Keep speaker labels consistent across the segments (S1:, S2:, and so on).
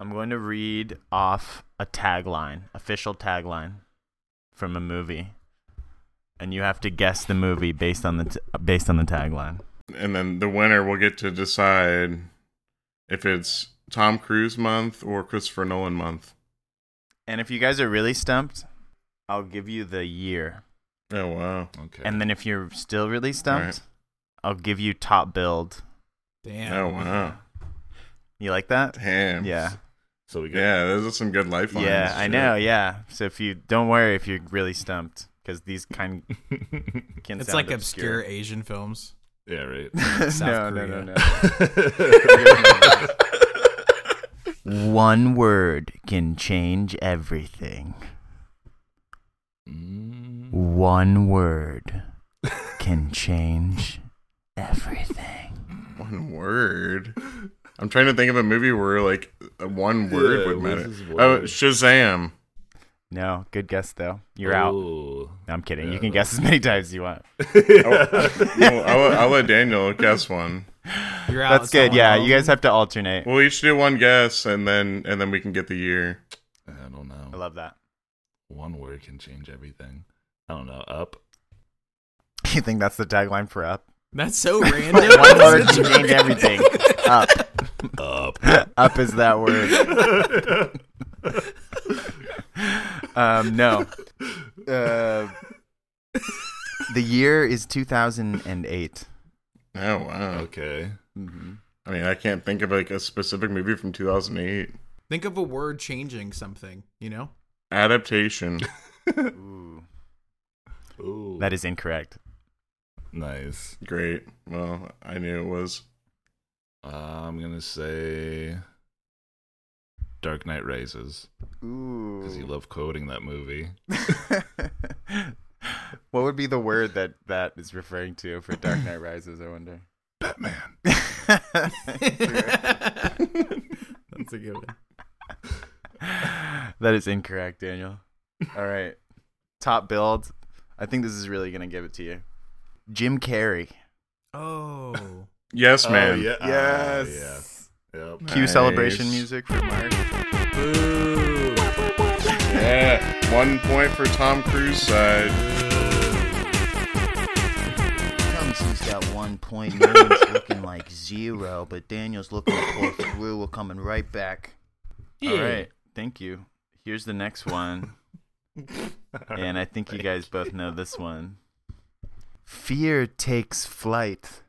S1: I'm going to read off a tagline, official tagline from a movie. And you have to guess the movie based on the t- based on the tagline.
S2: And then the winner will get to decide if it's Tom Cruise month or Christopher Nolan month.
S1: And if you guys are really stumped, I'll give you the year.
S2: Oh wow.
S3: Okay.
S1: And then if you're still really stumped,
S2: Alright.
S1: I'll give you top build.
S3: Damn.
S2: Oh wow.
S1: You like that?
S2: Damn.
S1: Yeah.
S3: So we got
S2: Yeah, those are some good lifelines.
S1: Yeah, I
S2: Shit.
S1: know. Yeah. So if you don't worry if you're really stumped because these kind can
S4: It's
S1: sound
S4: like obscure. Asian films.
S3: yeah, right.
S1: no,
S4: South
S1: no, no,
S4: Korea.
S1: no. One word can change everything.
S3: Mm.
S1: One word can change everything.
S2: One word. I'm trying to think of a movie where like a one word
S3: Yeah,
S2: would
S3: what
S2: matter.
S3: is this
S2: Oh,
S3: word?
S2: Shazam.
S1: No, good guess though.
S4: Oh.
S1: You're out.
S3: Ooh.
S1: No, I'm kidding. You
S3: Yeah.
S1: can guess as many times as you want.
S2: Oh. Well, I'll, I'll let Daniel guess one.
S4: You're out.
S1: That's
S4: it's not
S1: good.
S4: one
S1: Yeah,
S4: of
S1: you
S4: them.
S1: guys have to alternate.
S2: We'll each do one guess, and then and then we can get the year.
S3: I don't
S1: I
S3: know.
S1: love that.
S3: One word can change everything. I don't know. Up.
S1: You think that's the tagline for Up?
S4: That's so random.
S1: One word can change everything. Up.
S3: Up.
S1: Up is that word. um, no. Uh, the year is 2008.
S2: Oh wow.
S3: okay.
S1: Mm-hmm.
S2: I mean, I can't think of like a specific movie from 2008
S4: Think of a word changing something. You know.
S2: adaptation.
S1: Ooh.
S3: Ooh.
S1: That is incorrect.
S3: nice.
S2: Great. Well, I knew it was.
S3: I'm gonna say Dark Knight Rises because you
S1: Ooh.
S3: love quoting that movie.
S1: what would be the word that that is referring to for Dark Knight Rises, I wonder?
S3: Batman.
S4: That's a good one.
S1: that is incorrect, Daniel. All right. Top build. I think this is really going to give it to you. Jim Carrey.
S4: Oh.
S2: Yes, man.
S3: yeah. Ah,
S1: Yes.
S3: yeah. Yep.
S1: Cue
S2: Nice.
S1: celebration music for Mark.
S2: Yeah. Eh, One point for Tom Cruise side.
S1: Thompson's got one point. Nolan's looking like zero, but Daniel's looking close through. We're coming right back. All right. Thank you. Here's the next one. and I think you guys both know this one. Fear takes flight.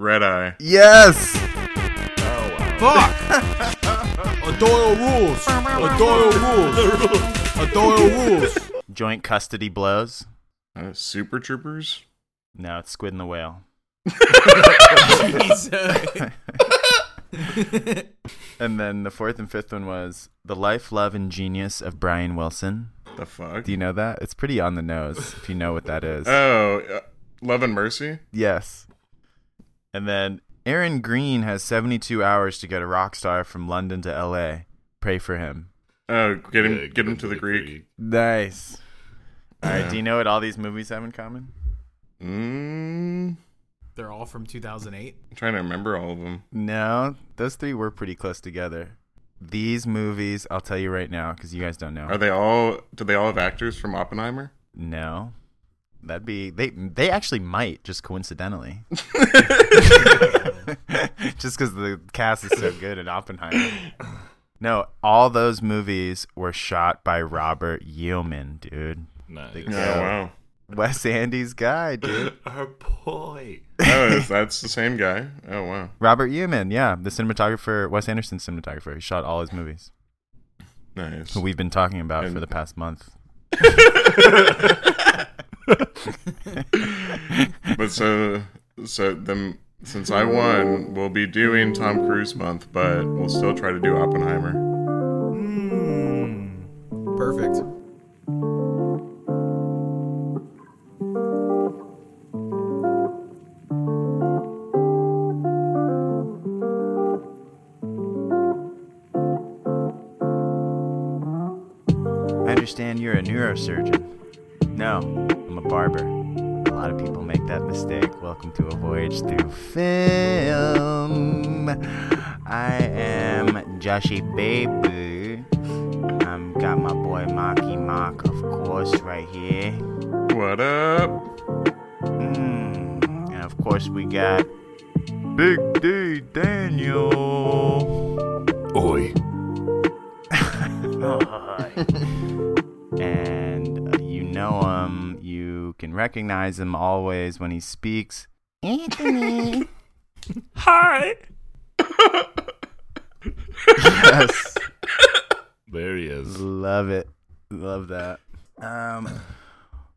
S2: Red Eye.
S1: Yes!
S4: Fuck! Adoyle rules! Adoyle rules! Adoyle rules!
S1: Joint custody blows.
S2: Uh, Super Troopers.
S1: No, it's Squid and the Whale.
S4: uh,
S1: And then the fourth and fifth one was The Life, Love, and Genius of Brian Wilson.
S2: The fuck.
S1: Do you know that? It's pretty on the nose if you know what that is.
S2: Oh, uh, Love and Mercy.
S1: Yes. And then Aaron Green has 72 hours to get a rock star from London to LA. Pray for him.
S2: Oh, get him,
S3: Yeah,
S2: get him to the Greek.
S1: Nice. All right, do you know what all these movies have in common?
S2: Mm,
S4: They're all from 2008.
S2: I'm trying to remember all of them.
S1: No, those three were pretty close together. These movies, I'll tell you right now cuz you guys don't know.
S2: Are they all? Do they all have actors from Oppenheimer?
S1: No. That'd be they they actually might just coincidentally. just cuz the cast is so good in Oppenheimer. No, all those movies were shot by Robert Yeoman, dude.
S3: Nice.
S1: They-
S2: Oh
S1: Yeah.
S2: wow.
S1: Wes Andy's guy, dude.
S3: Our boy.
S2: Oh, is- that's the same guy. Oh wow.
S1: Robert Yeoman, yeah, the cinematographer, Wes Anderson's cinematographer. He shot all his movies.
S2: Nice.
S1: Who we've been talking about for
S2: And-
S1: the past month.
S2: But so, so then since I won, we'll be doing Tom Cruise month, but we'll still try to do Oppenheimer.
S4: Perfect.
S1: I understand you're a neurosurgeon. No, I'm a barber. A lot of people make that mistake. Welcome to a voyage through film. I am Joshy Baby. Um, got my boy Marky Mark, of course, right here.
S2: What up?
S1: Mm. And of course, we got Big D Daniel.
S3: Oi.
S1: and uh, you know him, you can recognize him always when he speaks. Anthony.
S3: Hi.
S1: yes.
S3: There he is.
S1: Love it. Love that. Um,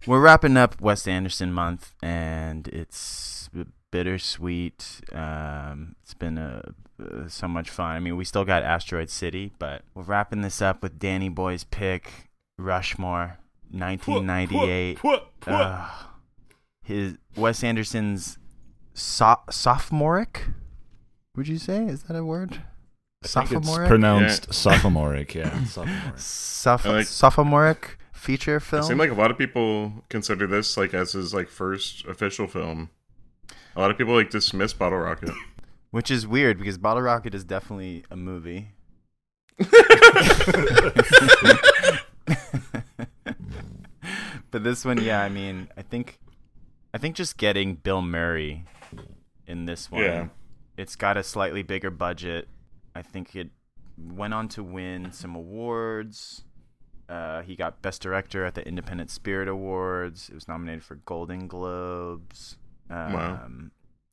S1: we're wrapping up Wes Anderson month, and it's bittersweet. Um, it's been a, uh, so much fun. I mean, we still got Asteroid City, but we're wrapping this up with Danny Boy's pick, Rushmore, 1998. Uh, his Wes Anderson's so- sophomoric. Would you say is that a word?
S3: I think it's
S1: Sophomoric?
S3: pronounced sophomoric. Yeah, sophomoric.
S1: Soph-
S2: I like-
S1: sophomoric feature
S2: It
S1: film.
S2: seemed like a lot of people consider this like as his like first official film. A lot of people like dismiss Bottle Rocket.
S1: Which is weird because Bottle Rocket is definitely a movie. but this one, yeah, I mean, I think, I think just getting Bill Murray in this one,
S2: Yeah.
S1: it's got a slightly bigger budget. I think it went on to win some awards. Uh, he got Best Director at the Independent Spirit Awards. It was nominated for Golden Globes. Um,
S2: Wow.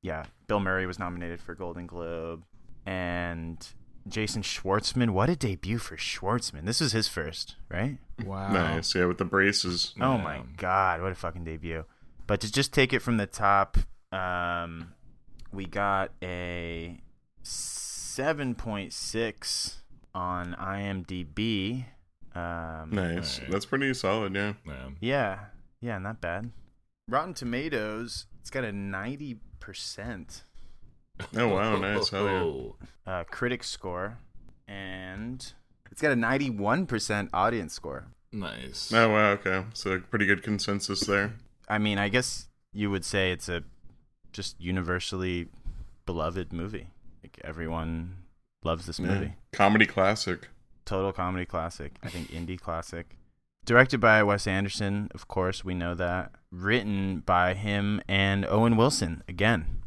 S1: Yeah, Bill Murray was nominated for Golden Globe, and Jason Schwartzman. What a debut for Schwartzman! This is his first, right?
S4: Wow.
S2: Nice, yeah, with the braces.
S1: Oh my god, what a fucking debut! But to just take it from the top, um, we got a seven point six on IMDb. Um,
S2: Nice.
S3: Alright.
S2: That's pretty solid, yeah.
S3: Yeah.
S1: Yeah, yeah, not bad. Rotten Tomatoes, it's got a ninety percent
S2: Oh wow, nice. Hell yeah.
S3: Oh,
S1: uh, critic score, and it's got a ninety-one percent audience score.
S3: Nice.
S2: Oh wow, okay. So pretty good consensus there.
S1: I mean, I guess you would say it's a just universally beloved movie. Like everyone loves this
S2: Yeah.
S1: movie.
S2: Comedy classic.
S1: Total comedy classic. I think indie classic. Directed by Wes Anderson, of course, we know that. Written by him and Owen Wilson again.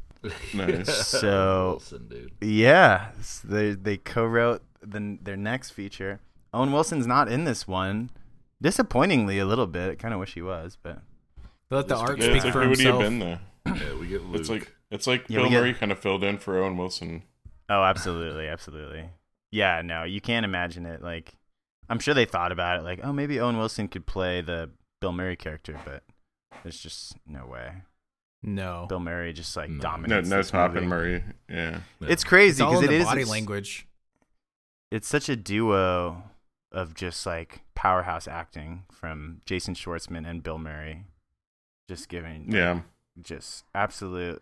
S2: Nice.
S1: So-
S3: Wilson, dude.
S1: Yeah, s- they they co-wrote the, their next feature. Owen Wilson's not in this one, disappointingly a little bit. I kind of wish he was, but
S4: Let the art
S2: yeah,
S4: speak
S2: it's like
S4: for
S2: who would he have
S4: himself.
S2: been there?
S3: Yeah, we get Luke.
S2: It's like it's like
S1: Yeah, we
S2: Bill
S1: get-
S2: Murray kind of filled in for Owen Wilson.
S1: Oh, absolutely, absolutely. Yeah, no, you can't imagine it. Like, I'm sure they thought about it. Like, oh, maybe Owen Wilson could play the Bill Murray character, but there's just no way.
S4: No.
S1: Bill Murray just like
S3: No.
S2: No,
S1: dominates.
S2: no
S1: this
S2: top
S1: movie.
S2: and Murray. Yeah.
S1: It's crazy
S4: It's all
S1: because
S4: in
S1: it
S4: the
S1: is
S4: body
S1: it's-
S4: language.
S1: It's such a duo of just like powerhouse acting from Jason Schwartzman and Bill Murray, just giving
S2: Yeah.
S1: just absolute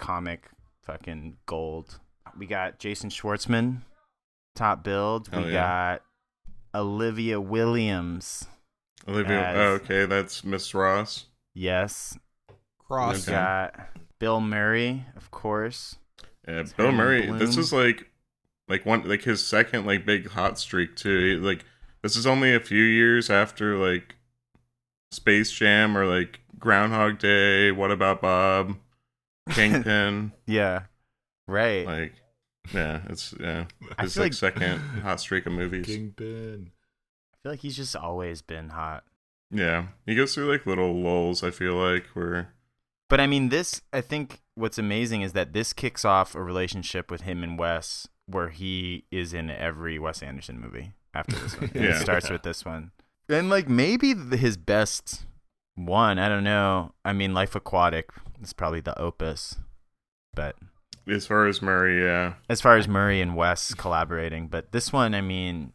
S1: comic fucking gold. We got Jason Schwartzman, top build.
S2: Hell
S1: we
S2: yeah.
S1: got Olivia Williams.
S2: Olivia
S1: As-
S2: oh, okay, that's Miss Ross.
S1: Yes.
S4: Cross.
S1: We
S2: Okay.
S1: got Bill Murray, of course.
S2: Yeah,
S1: It's
S2: Bill
S1: Harry
S2: Murray. This
S1: Bloom.
S2: is like, like one like his second like big hot streak too. He, like this is only a few years after like Space Jam or like Groundhog Day. What about Bob? Kingpin.
S1: Yeah. Right.
S2: like, yeah, it's yeah.
S1: I
S2: His
S1: feel
S2: like,
S1: like-
S2: second hot streak of movies.
S3: Kingpin.
S1: I feel like he's just always been hot.
S2: Yeah, he goes through like little lulls. I feel like where
S1: But I mean, this, I think what's amazing is that this kicks off a relationship with him and Wes where he is in every Wes Anderson movie after this one. It
S2: Yeah.
S1: starts with this one. And like maybe th- his best one, I don't know. I mean, Life Aquatic is probably the opus. But
S2: as far as Murray, yeah,
S1: as far as Murray and Wes collaborating, but this one, I mean,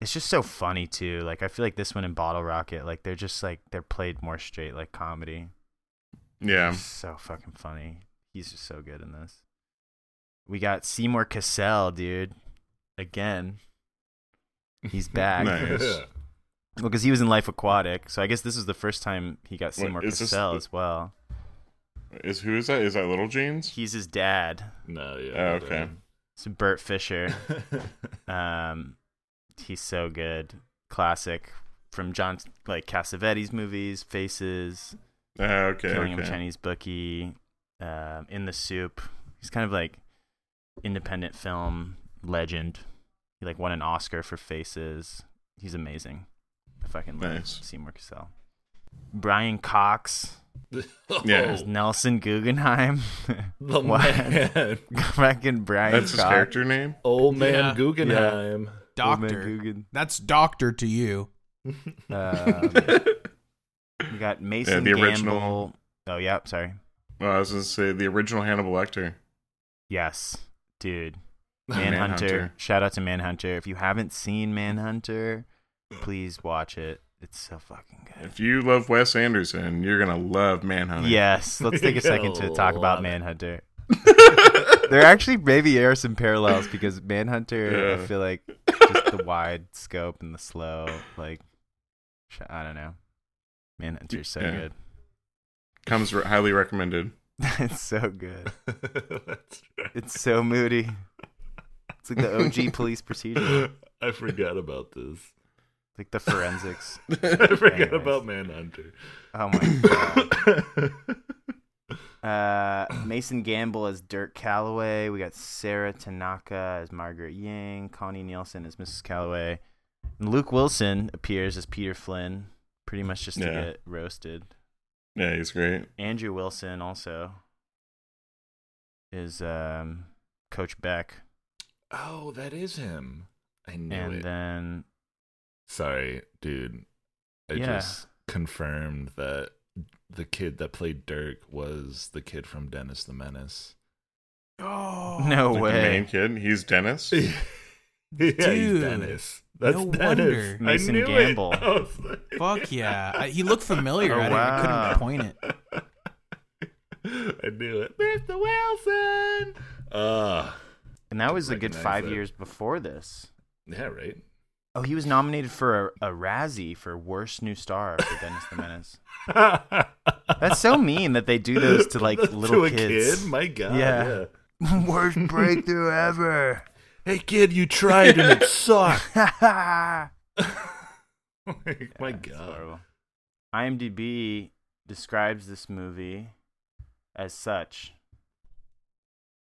S1: it's just so funny too. Like I feel like this one and Bottle Rocket, like they're just like they're played more straight like comedy.
S2: yeah.
S1: It's so fucking funny. He's just so good in this. We got Seymour Cassell, dude. Again, he's back.
S2: Nice.
S1: Well, because he was in Life Aquatic, so I guess this is the first time he got Seymour
S2: is this
S1: Cassell
S2: the-
S1: as well.
S2: Is who is that? Is that Little Jeans?
S1: He's his dad,
S3: No, yeah.
S2: Oh,
S3: okay.
S1: so Burt Fisher. Um, he's so good. Classic from John like Cassavetes movies, Faces,
S2: Ah, okay.
S1: Killing of a
S2: okay.
S1: Chinese Bookie, um, In the Soup. He's kind of like independent film legend. He like won an Oscar for Faces. He's amazing. I fucking love
S2: Nice.
S1: Seymour Cassell. Brian Cox
S3: Oh,
S2: Yeah.
S1: as Nelson Guggenheim.
S3: The
S1: What?
S3: man.
S1: Fucking Brian
S2: That's his
S1: Cox.
S2: character name.
S3: Old man
S4: Yeah.
S3: Guggenheim.
S1: Old man
S4: Doctor.
S1: Guggen.
S4: That's doctor to you.
S1: Um, we got Mason
S2: the
S1: Gamble.
S2: original-
S1: Oh yeah, sorry.
S2: Well, I was gonna say the original Hannibal Lecter.
S1: Yes, dude. Manhunter.
S2: Manhunter.
S1: Shout out to Manhunter. If you haven't seen Manhunter, please watch it. It's so fucking good.
S2: If you love Wes Anderson, you're gonna love Manhunter.
S1: Yes, let's take a second to
S3: You'll
S1: talk about
S3: love it.
S1: Manhunter. there actually maybe are some parallels because Manhunter, I
S2: Yeah.
S1: feel like just the wide scope and the slow, like sh- I don't know. Manhunter's so
S2: Yeah.
S1: good.
S2: Comes re- highly recommended.
S1: it's so good.
S3: That's right.
S1: It's so moody. It's like the OG police procedure.
S3: I forgot about this.
S1: It's like the forensics.
S3: I forgot
S1: Anyways.
S3: about Manhunter.
S1: Oh my god. Uh, Mason Gamble as Dirk Calloway. We got Sarah Tanaka as Margaret Yang. Connie Nielsen as Mrs. Calloway. And Luke Wilson appears as Peter Flynn, pretty much just to
S2: Yeah.
S1: get roasted.
S2: Yeah, he's great.
S1: Andrew Wilson also is um, Coach Beck.
S3: oh, that is him. I knew
S1: And
S3: it.
S1: then,
S3: Sorry, dude. I
S1: Yeah.
S3: just confirmed that the kid that played Dirk was the kid from Dennis the Menace.
S4: Oh
S1: no
S2: Like the main
S1: way.
S2: kid. He's Dennis.
S3: yeah, he's
S4: Dude,
S3: Dennis. That's
S4: no
S3: Dennis.
S4: wonder.
S3: I
S1: Mason
S3: knew it.
S1: Gamble.
S3: I was like-
S4: Fuck yeah. I, he looked familiar.
S1: Oh,
S4: I, didn't- I
S1: wow.
S4: couldn't point it.
S3: I knew it. Mr. Wilson. Uh
S1: And that was a good
S3: Recognize
S1: five
S3: that.
S1: years before this.
S3: yeah, right.
S1: Oh, he was nominated for a, a Razzie for Worst New Star for Dennis the Menace. That's so mean that they do those to like little
S3: to a
S1: kids.
S3: kid, my god.
S1: Yeah.
S3: Yeah.
S1: Worst breakthrough ever.
S3: Hey kid, you tried and it sucked.
S1: my
S3: Like, my god.
S1: IMDb describes this movie as such.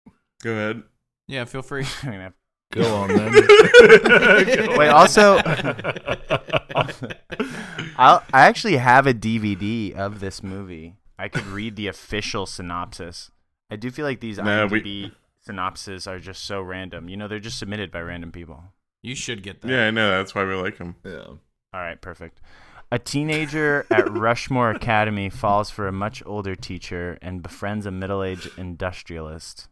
S2: Go ahead.
S4: Yeah, feel free.
S1: I'm gonna have-
S3: Go on then.
S1: Wait, also, I'll, I actually have a DVD of this movie. I could read the official synopsis. I do feel like these
S2: No,
S1: IMDb
S2: we-
S1: synopses are just so random. You know, they're just submitted by random people.
S4: You should get that.
S2: Yeah, I know. That's why we like him.
S3: yeah.
S1: All right, perfect. A teenager at Rushmore Academy falls for a much older teacher and befriends a middle aged industrialist.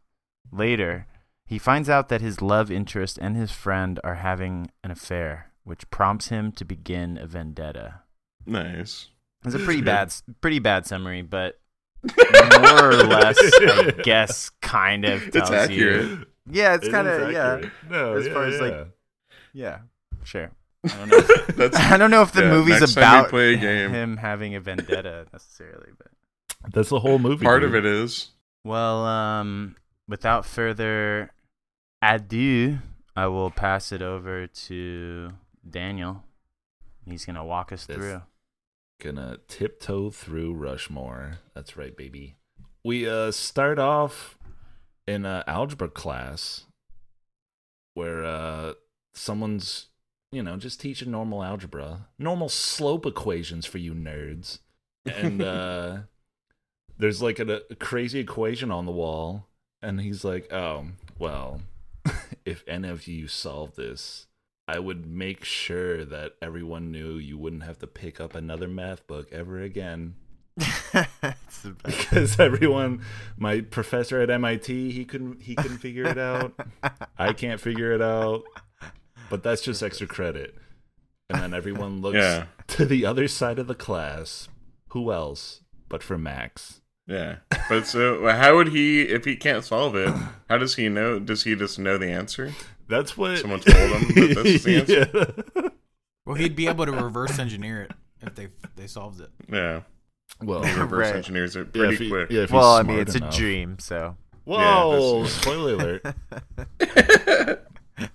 S1: Later, he finds out that his love interest and his friend are having an affair, which prompts him to begin a vendetta.
S2: Nice.
S1: It's a pretty bad, pretty bad summary, but more or less, I guess, kind of
S2: It's
S1: tells you.
S2: accurate.
S1: Yeah, it's
S3: It
S1: kind
S3: is
S1: of yeah,
S3: accurate. No,
S1: As
S3: yeah,
S1: far as, like,
S3: yeah.
S1: yeah, sure. I don't know. If,
S2: That's
S1: I don't know if the
S2: Yeah,
S1: movie's
S2: next time we
S1: about
S2: play a game.
S1: him having a vendetta necessarily, but
S3: that's the whole movie.
S2: part
S3: dude.
S2: of it is.
S1: Well, um, without further ado, I will pass it over to Daniel. He's gonna walk us
S3: This-
S1: through.
S3: gonna tiptoe through Rushmore. That's right, baby. We uh start off in uh, algebra class where uh someone's you know just teaching normal algebra, normal slope equations for you nerds, and uh there's like a, a crazy equation on the wall, and he's like, oh well, if any of you solve this, I would make sure that everyone knew you wouldn't have to pick up another math book ever again
S1: It's the best.
S3: because everyone, my professor at MIT, he couldn't he couldn't figure it out. I can't figure it out, but that's just extra credit. And then everyone looks
S2: Yeah.
S3: to the other side of the class. Who else but for Max?
S2: Yeah. But so, how would he, if he can't solve it, how does he know? Does he just know the answer?
S3: That's what
S2: Someone told him that that's the answer?
S3: Yeah.
S4: Well, he'd be able to reverse engineer it if they they solved it.
S2: Yeah.
S3: Well,
S2: He reverse
S1: Right.
S2: engineers it
S3: yeah, if
S2: pretty
S3: he-
S2: quick.
S3: yeah, if he's
S1: Well, I mean,
S3: smart
S1: it's
S3: enough.
S1: a dream, so
S3: Whoa!
S2: Yeah, that's-
S3: spoiler alert.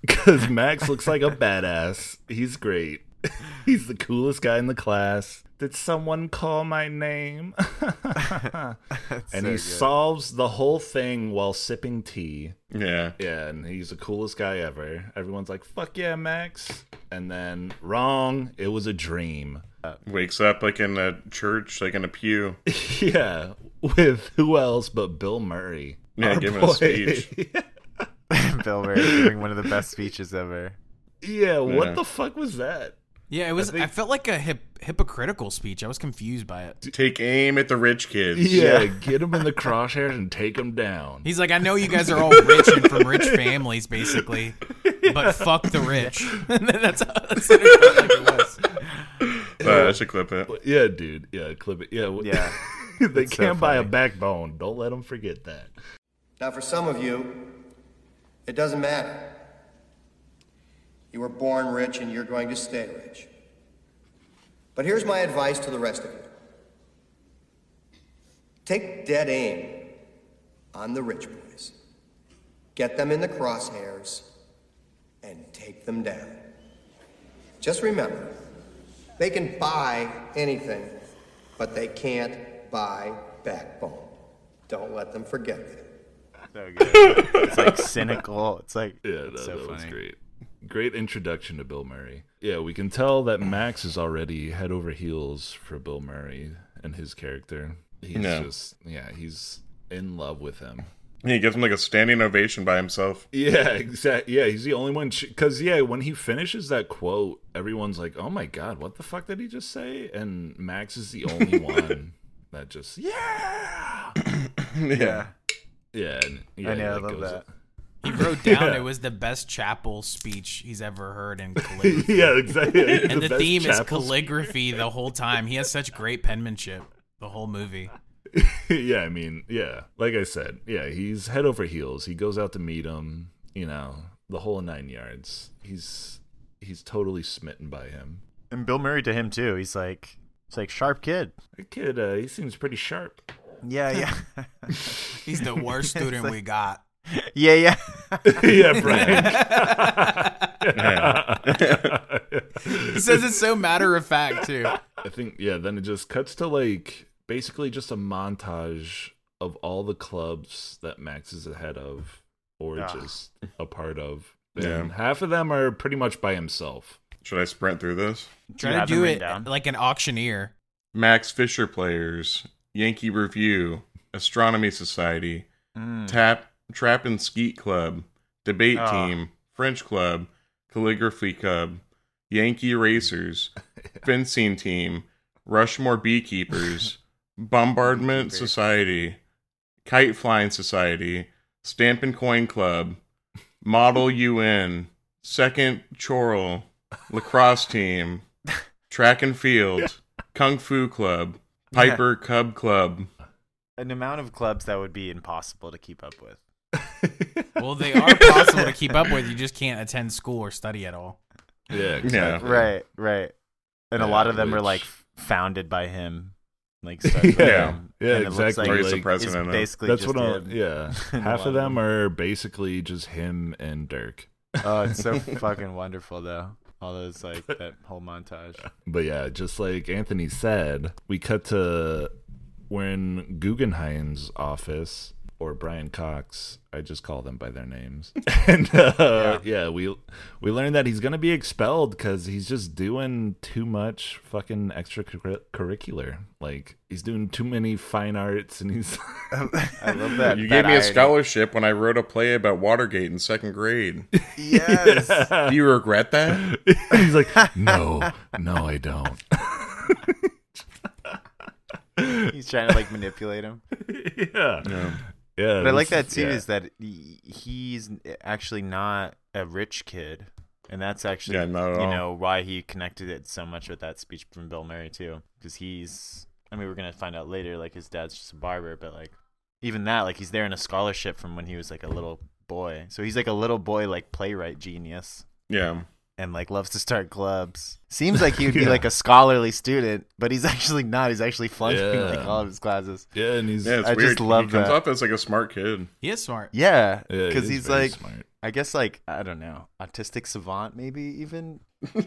S3: because Max looks like a badass. He's great. He's the coolest guy in the class. Did someone call my name? and he solves the whole thing while sipping tea.
S2: Yeah.
S3: Yeah, and he's the coolest guy ever. Everyone's like, "Fuck yeah, Max!" And then wrong. It was a dream.
S2: Wakes up like in a church, like in a pew.
S3: yeah, with who else but Bill Murray?
S2: Yeah,
S3: Our
S2: giving a
S3: boy.
S2: speech.
S1: Bill Murray giving one of the best speeches ever.
S3: yeah, what
S2: Yeah.
S3: the fuck was that?
S4: Yeah, it was. I, felt like a hip, hypocritical speech. I was confused by it.
S2: Take aim at the rich kids.
S3: Yeah, get him in the crosshairs and take him down.
S4: He's like, I know you guys are all rich and from rich families, basically, but fuck the rich. And then that's how that's what it felt like it was.
S2: But I should clip it.
S3: yeah, dude. Yeah, clip it. Yeah, w-
S1: Yeah.
S3: they
S1: so
S3: can't buy a
S1: funny.
S3: backbone. Don't let them forget that.
S5: Now, for some of you, it doesn't matter. You were born rich and you're going to stay rich. But here's my advice to the rest of you take dead aim on the rich boys, get them in the crosshairs, and take them down. Just remember they can buy anything, but they can't buy backbone. Don't let them forget that.
S1: So good. It's like cynical. It's like
S3: Yeah, that,
S1: it's so
S3: that was
S1: funny.
S3: great. Great introduction to Bill Murray. Yeah, we can tell that Max is already head over heels for Bill Murray and his character. He's
S2: Yeah.
S3: just yeah, he's in love with him.
S2: He gives him like a standing ovation by himself.
S3: Yeah, exactly. Yeah, he's the only one. Because, yeah, when he finishes that quote, everyone's like, oh my God, what the fuck did he just say? And Max is the only one that just, yeah.
S2: yeah.
S3: Yeah. And, yeah
S1: I know, I
S3: like,
S1: love
S3: goes-
S1: that.
S4: He wrote down it was the best chapel speech he's ever heard in calligraphy.
S3: yeah, exactly.
S4: And the,
S3: best
S4: theme is
S3: chapel-
S4: calligraphy the whole time. He has such great penmanship the whole movie.
S3: yeah, I mean, yeah. Like I said, yeah, he's head over heels. He goes out to meet him, you know, the whole nine yards. He's he's totally smitten by him.
S1: And Bill Murray to him too. He's like, it's like sharp kid.
S3: The kid, uh, he seems pretty sharp.
S1: Yeah, yeah,
S4: He's the worst student we got.
S1: yeah, yeah.
S3: yeah, Brian.
S4: He says it's so matter of fact too.
S3: I think yeah, then it just cuts to like basically just a montage of all the clubs that Max is ahead of or
S1: Ah.
S3: just a part of.
S2: Yeah.
S3: And half of them are pretty much by himself.
S2: Should I sprint through this?
S4: Try
S1: you
S4: to
S1: have
S4: do
S1: them written
S4: it
S1: down?
S4: like an auctioneer.
S2: Max Fisher players, Yankee Review, Astronomy Society, Tap Trap and Skeet Club, Debate
S1: Ah.
S2: Team, French Club, Calligraphy Club, Yankee Racers, Fencing Team, Rushmore Beekeepers, Bombardment Society, Kite Flying Society, Stamp and Coin Club, Model UN, Second Choral, Lacrosse Team, Track and Field, Kung Fu Club, Piper Cub Club.
S1: An amount of clubs that would be impossible to keep up with.
S4: Well, they are possible to keep up with. You just can't attend school or study at all.
S3: Yeah,
S2: Yeah.
S1: Right, right. And a
S3: Yeah,
S1: lot of them are
S3: which-
S1: like f- founded by him. Like started by
S3: Yeah.
S1: him.
S3: Yeah,
S1: And it looks
S3: exactly.
S1: Like
S2: Or he's the
S3: like,
S1: it's
S2: president. of-
S1: basically
S3: That's
S1: just
S3: what I
S1: him.
S3: yeah.
S1: And
S3: Half
S1: a
S3: of
S1: lot
S3: them are basically just him and Dirk.
S1: Oh, it's so fucking wonderful though. All those like that whole montage.
S3: But yeah, just like Anthony said, we cut to we're in Guggenheim's office or Brian Cox. I just call them by their names. and uh, yeah. we we learned that he's gonna be expelled because he's just doing too much fucking extracurricular. Like he's doing too many fine arts, and he's
S1: I love that. that
S2: You gave me a
S1: irony.
S2: scholarship when I wrote a play about Watergate in second grade.
S1: Yes.
S2: Do you regret that?
S3: he's like, no, no, I don't.
S1: He's trying to like manipulate him.
S3: yeah, yeah.
S1: But I like
S3: this
S1: that
S3: is-
S1: too
S3: yeah.
S1: is that he- he's actually not a rich kid. And that's actually
S2: Yeah, not at
S1: you
S2: all.
S1: know why he connected it so much with that speech from Bill Murray too because he's I mean we're going to find out later like his dad's just a barber but like even that like he's there in a scholarship from when he was like a little boy. So he's like a little boy like playwright genius.
S2: Yeah.
S1: and like loves to start clubs. Seems like he would be like a scholarly student, but he's actually not. He's actually flunking like
S3: Yeah.
S1: all of his classes.
S3: Yeah, and he's
S2: Yeah, it's
S1: I
S2: weird.
S1: just love
S2: he comes
S1: that.
S2: off as like a smart kid.
S4: He is smart.
S1: Yeah,
S3: yeah,
S1: because
S3: he is
S1: he's
S3: very
S1: like,
S3: smart.
S1: I guess like I don't know, autistic savant maybe even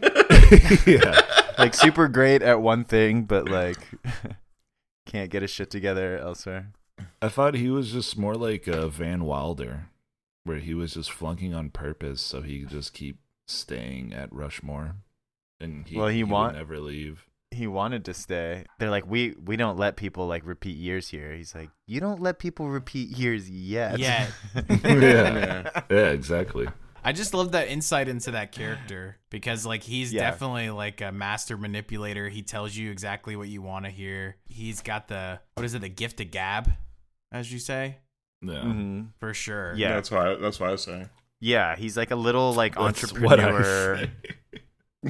S3: yeah,
S1: like super great at one thing, but like can't get his shit together elsewhere.
S3: I thought he was just more like uh, Van Wilder, where he was just flunking on purpose so he could just keep staying at Rushmore, and he
S1: Well, he
S3: would
S1: want-
S3: never leave.
S1: He wanted to stay. They're like, we we don't let people like repeat years here. He's like, you don't let people repeat years yet.
S4: Yeah.
S3: yeah, yeah, exactly.
S4: I just love that insight into that character because like he's
S1: Yeah.
S4: definitely like a master manipulator. He tells you exactly what you want to hear. He's got the what is it, the gift of gab, as you say?
S3: Yeah.
S1: hmm
S4: For sure.
S1: Yeah.
S2: That's why. That's why I say.
S1: Yeah, he's like a little like
S3: That's what I
S1: entrepreneur,
S3: say.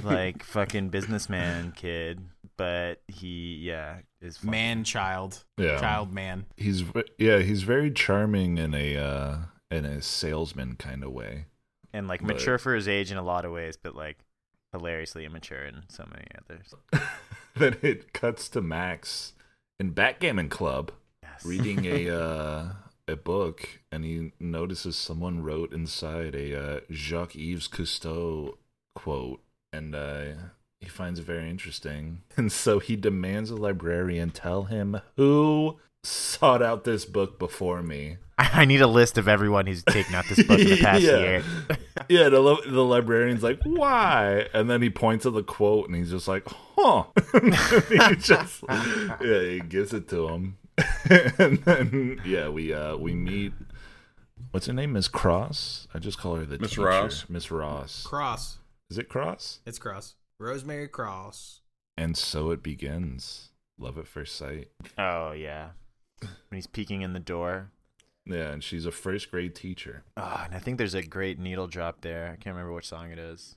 S1: like fucking businessman kid, but he yeah is fucking-
S4: Man child.
S3: Yeah.
S4: Child man.
S3: He's ve- yeah, he's very charming in a uh, in a salesman kind of way.
S1: and like
S3: but-
S1: mature for his age in a lot of ways, but like hilariously immature in so many others.
S3: then it cuts to Max in Backgammon Club
S1: Yes.
S3: reading a uh, a book, and he notices someone wrote inside a uh, Jacques Yves Cousteau quote, and uh, he finds it very interesting, and so he demands the librarian tell him who sought out this book before me.
S1: I I need a list of everyone who's taken out this book in the past
S3: yeah.
S1: year.
S3: yeah, the, li- the librarian's like, why? And then he points at the quote and he's just like, huh. And he just, yeah, he gives it to him. and then, yeah, we uh, we meet. What's her name? Miss Cross? I just call her the
S2: Miss
S3: teacher.
S2: Ross.
S3: Miss Ross.
S4: Cross.
S3: Is it Cross?
S4: It's Cross. Rosemary Cross.
S3: And so it begins. Love at first sight.
S1: Oh yeah, when he's peeking in the door.
S3: Yeah, and she's a first grade teacher.
S1: Oh, and I think there's a great needle drop there. I can't remember which song it is.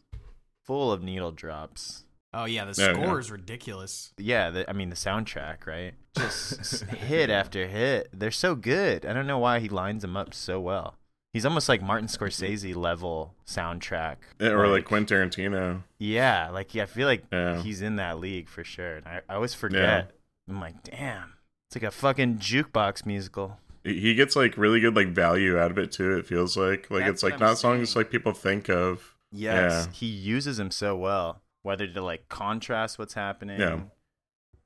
S1: Full of needle drops.
S4: Oh yeah, the
S2: Yeah,
S4: score
S2: yeah.
S4: is ridiculous.
S1: yeah the, i mean the soundtrack right just s- hit after hit they're so good i don't know why he lines them up so well he's almost like martin scorsese level soundtrack
S2: Yeah, Or like Quentin Tarantino.
S1: yeah like yeah, i feel like
S2: Yeah.
S1: he's in that league for sure and i, I always forget
S2: Yeah.
S1: i'm like damn it's like a fucking jukebox musical
S2: He he gets like really good like value out of it too. It feels like like
S1: That's
S2: it's
S1: what
S2: like
S1: I'm
S2: not songs
S1: saying.
S2: like people think of.
S1: yes
S2: Yeah.
S1: he uses them so well whether to like contrast what's happening
S2: Yeah.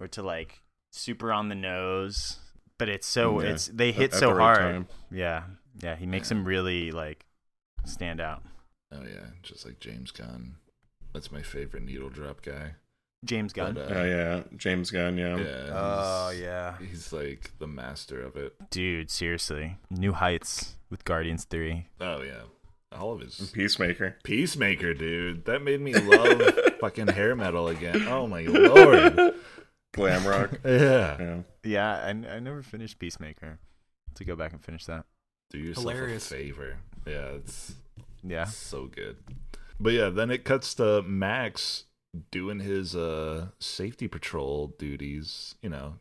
S1: or to like super on the nose but it's so
S2: Yeah.
S1: it's they
S2: At-
S1: hit
S2: at
S1: so
S2: the right
S1: hard
S2: time.
S1: Yeah, E- yeah, he makes him really like stand out.
S3: Oh, yeah, just like James Gunn. That's my favorite needle drop guy.
S1: James Gunn.
S3: But, uh,
S2: Oh yeah, James Gunn. Yeah.
S3: Yeah. he's-
S1: yeah,
S3: He's like the master of it.
S1: dude, seriously, new heights with Guardians Three.
S3: Oh yeah. All of his
S2: Peacemaker.
S3: Peacemaker, dude. That made me love fucking hair metal again. Oh my lord.
S2: Glam rock.
S3: Yeah.
S2: yeah.
S1: Yeah, I, n- I never finished Peacemaker. To go back and finish that.
S3: Do yourself
S4: Hilarious.
S3: a favor. Yeah, it's
S1: Yeah,
S3: so good. But yeah, then it cuts to Max doing his uh safety patrol duties, you know,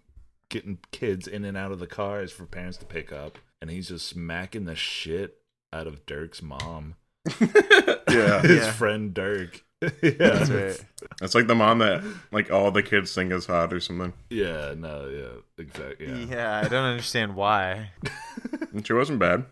S3: getting kids in and out of the cars for parents to pick up, and he's just smacking the shit out of Dirk's mom.
S2: Yeah.
S3: his friend Dirk. yeah.
S1: right.
S2: It's like the mom that like all the kids think is hot or something.
S3: Yeah, no, yeah, exactly.
S1: yeah.
S3: Yeah.
S1: I don't understand why.
S2: And she wasn't bad.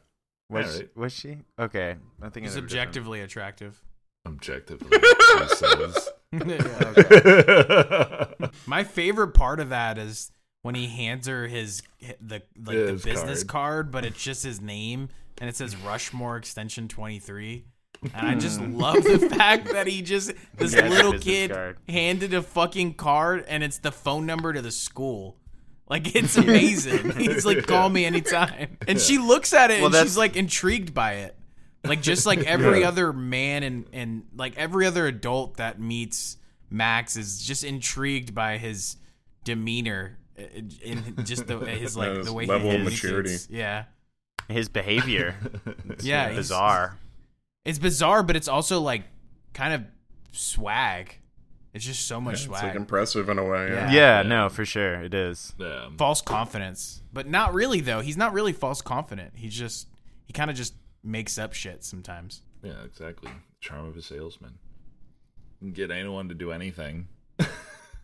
S1: Was
S3: Alright.
S1: was she okay? I think
S4: He's
S1: I know different-
S4: objectively attractive.
S3: Objectively. she says.
S4: Yeah. My favorite part of that is when he hands her his the like the
S3: His
S4: business
S3: card.
S4: card. but it's just his name and it says Rushmore Extension 23. And I just love the fact that he just this
S1: Yeah, it's a
S4: little
S1: business
S4: kid
S1: card.
S4: handed a fucking card and it's the phone number to the school. Like it's amazing. He's like, call me anytime. And she looks at it
S1: Well,
S4: and
S1: that's-
S4: she's like intrigued by it. Like just like every other man and and like every other adult that meets Max is just intrigued by his demeanor uh, and just the his like
S2: Yeah, his
S4: the way
S2: level
S4: he
S2: of
S4: handles
S2: maturity.
S4: it. Yeah,
S1: His behavior,
S4: yeah, he's-
S1: bizarre.
S4: It's bizarre, but it's also like kind of swag. It's just so much
S2: It's
S4: swag.
S2: like impressive in a way.
S4: Yeah.
S1: Yeah, no, for sure, it is.
S3: yeah. um,
S4: false confidence, but not really though. He's not really false confident. He's just he kind of just makes up shit sometimes.
S3: yeah, exactly. Charm of a salesman. get anyone to do anything.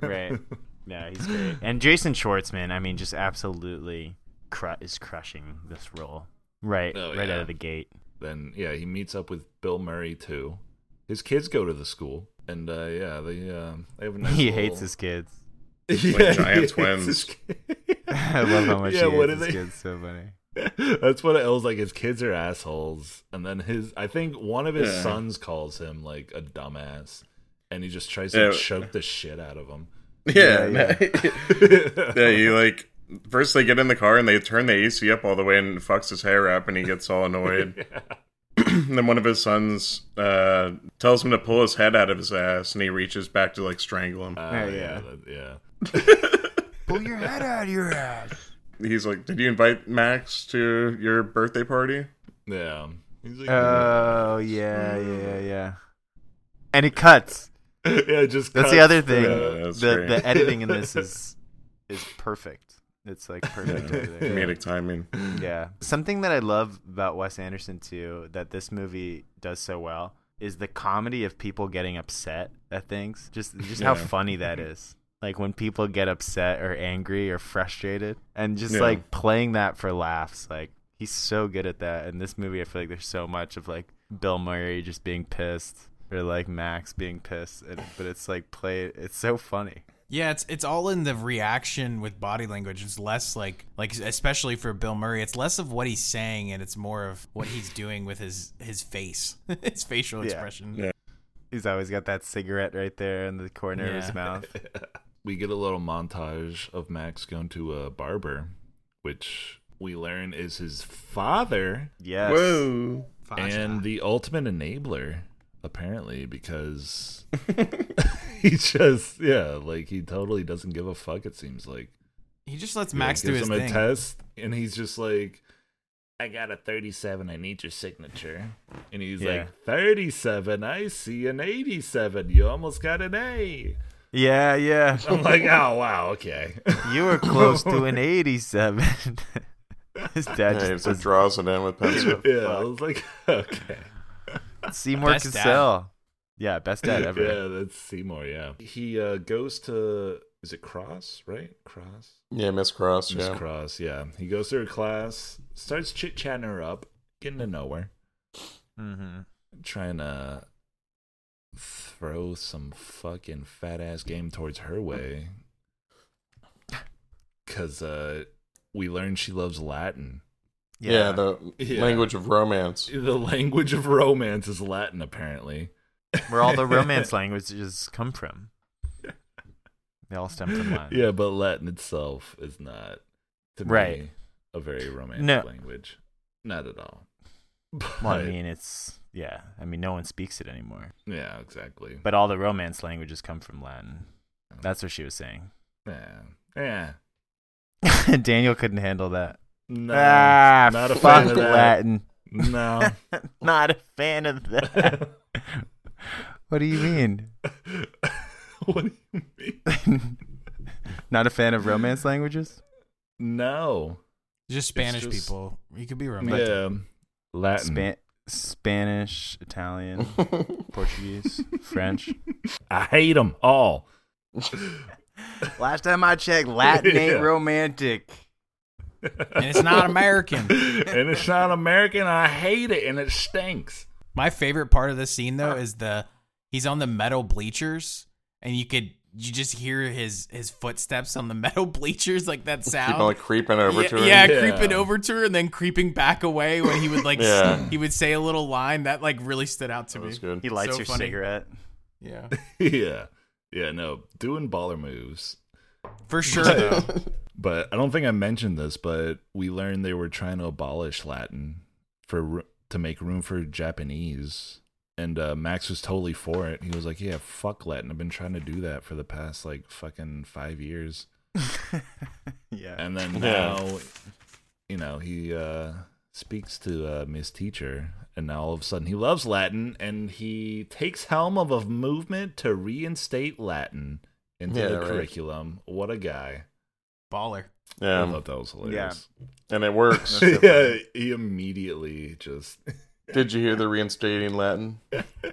S1: Right. Yeah, he's great. And Jason Schwartzman, I mean, just absolutely cru- is crushing this role. Right,
S3: Oh,
S1: right
S3: yeah.
S1: out of the gate.
S3: Then yeah, he meets up with Bill Murray too. His kids go to the school, and uh, yeah, they uh, they have a nice
S1: He
S3: little-
S1: hates his kids.
S3: Yeah, he
S2: giant
S3: hates
S2: twins.
S3: his kid.
S1: I love how much
S3: Yeah,
S1: he
S3: what
S1: hates
S3: are
S1: his
S3: they-
S1: kids. So funny.
S3: That's what L's like. His kids are assholes, and then his I think one of his
S2: Yeah.
S3: sons calls him like a dumbass, and he just tries to
S2: Yeah.
S3: choke the shit out of him.
S2: Yeah. no. yeah, you like first they get in the car and they turn the AC up all the way and fucks his hair up and he gets all annoyed. and then one of his sons uh, tells him to pull his head out of his ass and he reaches back to like strangle him.
S3: Uh,
S1: Yeah,
S3: yeah,
S1: yeah.
S3: that- yeah.
S6: Pull your head out of your ass.
S2: He's like, "Did you invite Max to your birthday party?"
S3: Yeah. He's like,
S1: Oh yeah, yeah, yeah. And it cuts.
S3: yeah, just
S1: That's the
S3: cuts
S1: other
S3: to
S1: thing.
S3: the-
S2: Yeah, that's
S1: the
S2: great.
S1: the editing in this is is perfect. It's like perfect over there.
S2: Comedic timing.
S1: Yeah. Something that I love about Wes Anderson too that this movie does so well is the comedy of people getting upset at things. Just just how
S2: Yeah.
S1: funny that is. Like when people get upset or angry or frustrated and just
S2: Yeah.
S1: like playing that for laughs. Like he's so good at that. In this movie I feel like there's so much of like Bill Murray just being pissed or like Max being pissed and, but it's like play it's so funny.
S4: Yeah, it's it's all in the reaction with body language. It's less like like especially for Bill Murray, it's less of what he's saying and it's more of what he's doing with his his face, his facial
S1: Yeah.
S4: expression.
S2: Yeah.
S1: He's always got that cigarette right there in the corner of
S4: Yeah.
S1: his mouth.
S3: we get a little montage of Max going to a barber, which we learn is his father
S1: Yes.
S2: Whoa.
S3: and the ultimate enabler, apparently, because he just yeah, like he totally doesn't give a fuck. It seems like
S4: He just lets Max
S3: He,
S4: do
S3: like,
S4: his
S3: gives him
S4: thing.
S3: a test, and he's just like. I got a 37. I need your signature. And he's
S1: Yeah.
S3: like, 37. I see an 87. You almost got an A.
S1: Yeah, yeah.
S3: I'm like, oh, wow. Okay.
S1: You were close to an 87. His dad
S2: Yeah, he
S1: just
S2: just
S1: was
S2: draws it in with pencil.
S3: yeah, I was like, okay.
S1: Seymour
S4: Best dad.
S1: Cassell. Yeah, best dad ever.
S3: Yeah, that's Seymour. Yeah, he uh, goes to is it Cross right? Cross,
S2: yeah, Miss Cross.
S3: Miss
S2: yeah.
S3: Cross. Yeah, he goes to her class, starts chit chatting her up, getting to nowhere,
S1: Mm-hmm.
S3: trying to throw some fucking fat ass game towards her way. Cause uh, we learn she loves Latin.
S2: yeah. the
S3: Yeah.
S2: language of romance.
S3: The language of romance is Latin, apparently.
S1: Where all the romance languages come from. They all stem from Latin.
S3: Yeah, but Latin itself is not to
S1: Right.
S3: me a very romantic
S1: No.
S3: language. Not at all.
S1: Well, I
S3: But-
S1: mean, it's, yeah. I mean, no one speaks it anymore.
S3: yeah, exactly.
S1: But all the romance languages come from Latin. That's what she was saying.
S3: yeah, yeah.
S1: Daniel couldn't handle that.
S3: No,
S1: ah,
S3: not a
S1: fuck
S3: fan of that.
S1: Latin.
S3: No,
S1: Not a fan of that. what do you mean?
S3: what do you mean?
S1: Not a fan of romance languages?
S3: No,
S4: just Spanish
S3: just-
S4: people. You could be romantic.
S3: yeah, Latin.
S1: Span- Spanish, Italian, Portuguese, French.
S3: I hate them all.
S1: Last time I checked, Latin ain't
S3: Yeah.
S1: romantic.
S4: And it's not American.
S3: and it's not American. I hate it, and it stinks.
S4: My favorite part of the scene though is the he's on the metal bleachers and you could you just hear his his footsteps on the metal bleachers like that
S2: Keep
S4: sound.
S2: on like creeping over
S4: yeah,
S2: to her.
S4: yeah,
S3: Yeah.
S4: creeping over to her and then creeping back away when he would like
S2: Yeah.
S4: he would say a little line that like really stood out to
S2: That
S4: me.
S2: was good.
S1: He lights
S4: So
S1: your
S4: funny.
S1: cigarette.
S4: Yeah,
S3: yeah, yeah. No, doing baller moves.
S4: for sure. though.
S3: but I don't think I mentioned this, but we learned they were trying to abolish Latin for ro- to make room for Japanese, and uh, Max was totally for it. He was like, "Yeah, fuck Latin. I've been trying to do that for the past like fucking five years."
S1: Yeah.
S3: And then
S2: Yeah.
S3: now, you know, he uh, speaks to uh, Miss Teacher, and now all of a sudden he loves Latin, and he takes helm of a movement to reinstate Latin into
S2: Yeah,
S3: the
S2: right.
S3: curriculum. What a guy!
S4: Baller.
S3: I
S2: Yeah,
S3: Um, thought that was hilarious.
S2: and it works.
S3: yeah, he immediately just
S7: Did you hear the reinstating Latin?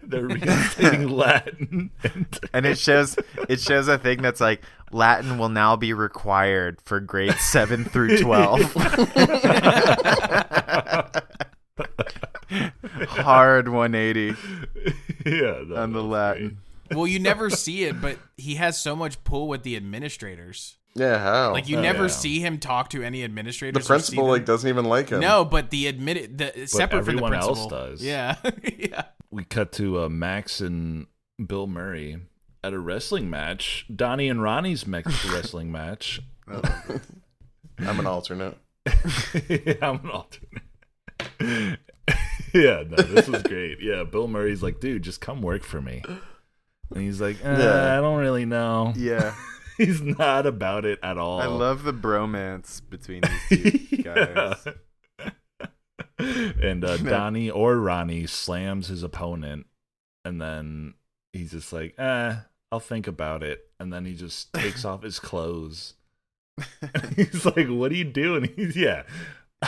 S3: They're reinstating Latin.
S1: and it shows it shows a thing that's like Latin will now be required for grades seven through twelve. Hard one eighty
S3: yeah. that
S1: on the
S3: was
S1: Latin.
S4: Well, you never see it, but he has so much pull with the administrators.
S7: Yeah, how?
S4: Like you
S3: Oh,
S4: never
S3: yeah.
S4: see him talk to any administrators.
S7: the
S4: or see
S7: principal
S4: them-
S7: like doesn't even like him.
S4: no, but the admitted the separate from the
S3: everyone else
S4: principal.
S3: does.
S4: Yeah, yeah.
S3: we cut to uh, Max and Bill Murray at a wrestling match. Donnie and Ronnie's me- wrestling match.
S7: I'm an alternate.
S3: I'm an alternate. yeah, no, this was great. Yeah, Bill Murray's like, dude, just come work for me. And he's like, eh,
S7: Yeah.
S3: I don't really know.
S1: Yeah.
S3: He's not about it at all.
S1: I love the bromance between these two guys.
S3: and uh, Donnie or Ronnie slams his opponent, and then he's just like, "Eh, I'll think about it." And then he just takes off his clothes. And he's like, "What are you doing?" He's yeah.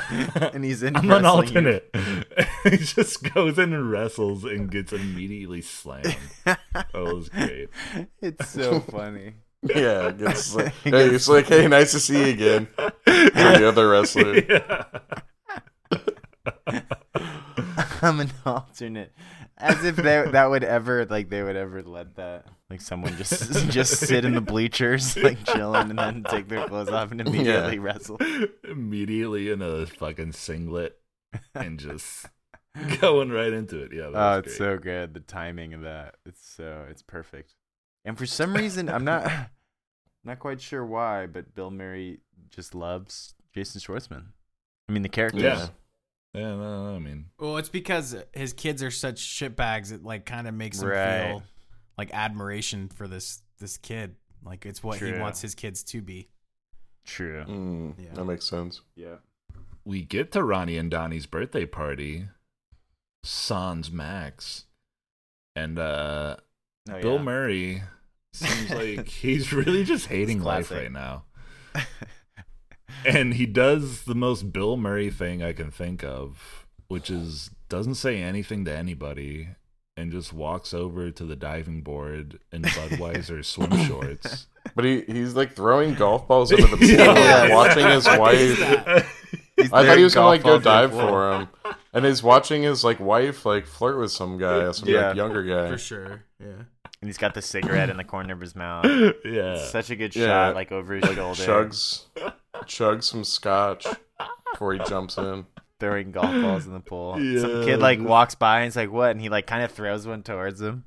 S1: And he's in
S3: I'm an
S1: wrestling
S3: alternate. he just goes in and wrestles and gets immediately slammed. That was great.
S1: It's so funny.
S7: Yeah, it gets like, hey, it's like, hey, nice to see you again. Or the other wrestler.
S3: Yeah.
S1: I'm an alternate. As if they, that would ever like they would ever let that like someone just just sit in the bleachers like chilling and then take their clothes off and immediately wrestle.
S3: immediately in a fucking singlet and just going right into it. Yeah, that
S1: Oh,
S3: was
S1: it's
S3: great.
S1: so good. The timing of that. It's so it's perfect. And for some reason, I'm not not quite sure why, but Bill Murray just loves Jason Schwartzman. I mean the characters.
S3: Yeah. Yeah, no, no, I mean,
S4: Well, it's because his kids are such shitbags. It like kind of makes him
S1: Right.
S4: feel like admiration for this this kid. Like it's what he
S1: True.
S4: wants his kids to be.
S1: True.
S7: Mm,
S4: Yeah.
S7: That makes sense.
S1: Yeah.
S3: we get to Ronnie and Donnie's birthday party, sans Max, and uh,
S1: Oh,
S3: Bill
S1: yeah.
S3: Murray seems like he's really just hating
S1: It's
S3: life
S1: classic.
S3: right now. and he does the most Bill Murray thing I can think of, which is doesn't say anything to anybody and just walks over to the diving board in Budweiser swim shorts.
S7: But he, he's like throwing golf balls into the pool,
S3: Yeah.
S7: like, watching his wife.
S1: He's
S7: I
S1: there
S7: thought he was gonna like go
S1: golf balls in the
S7: dive
S1: pool.
S7: for him, and he's watching his like wife like flirt with some guy, some
S1: Yeah.
S7: like, younger guy.
S4: sure. Yeah.
S1: And he's got the cigarette in the corner of his mouth.
S3: yeah.
S1: Such a good
S7: Yeah.
S1: shot, like over his shoulder,
S7: Chugs, chugs some scotch before he jumps in.
S1: throwing golf balls in the pool. Some
S3: Yeah.
S1: kid like walks by and he's like, "What?" And he like kind of throws one towards him.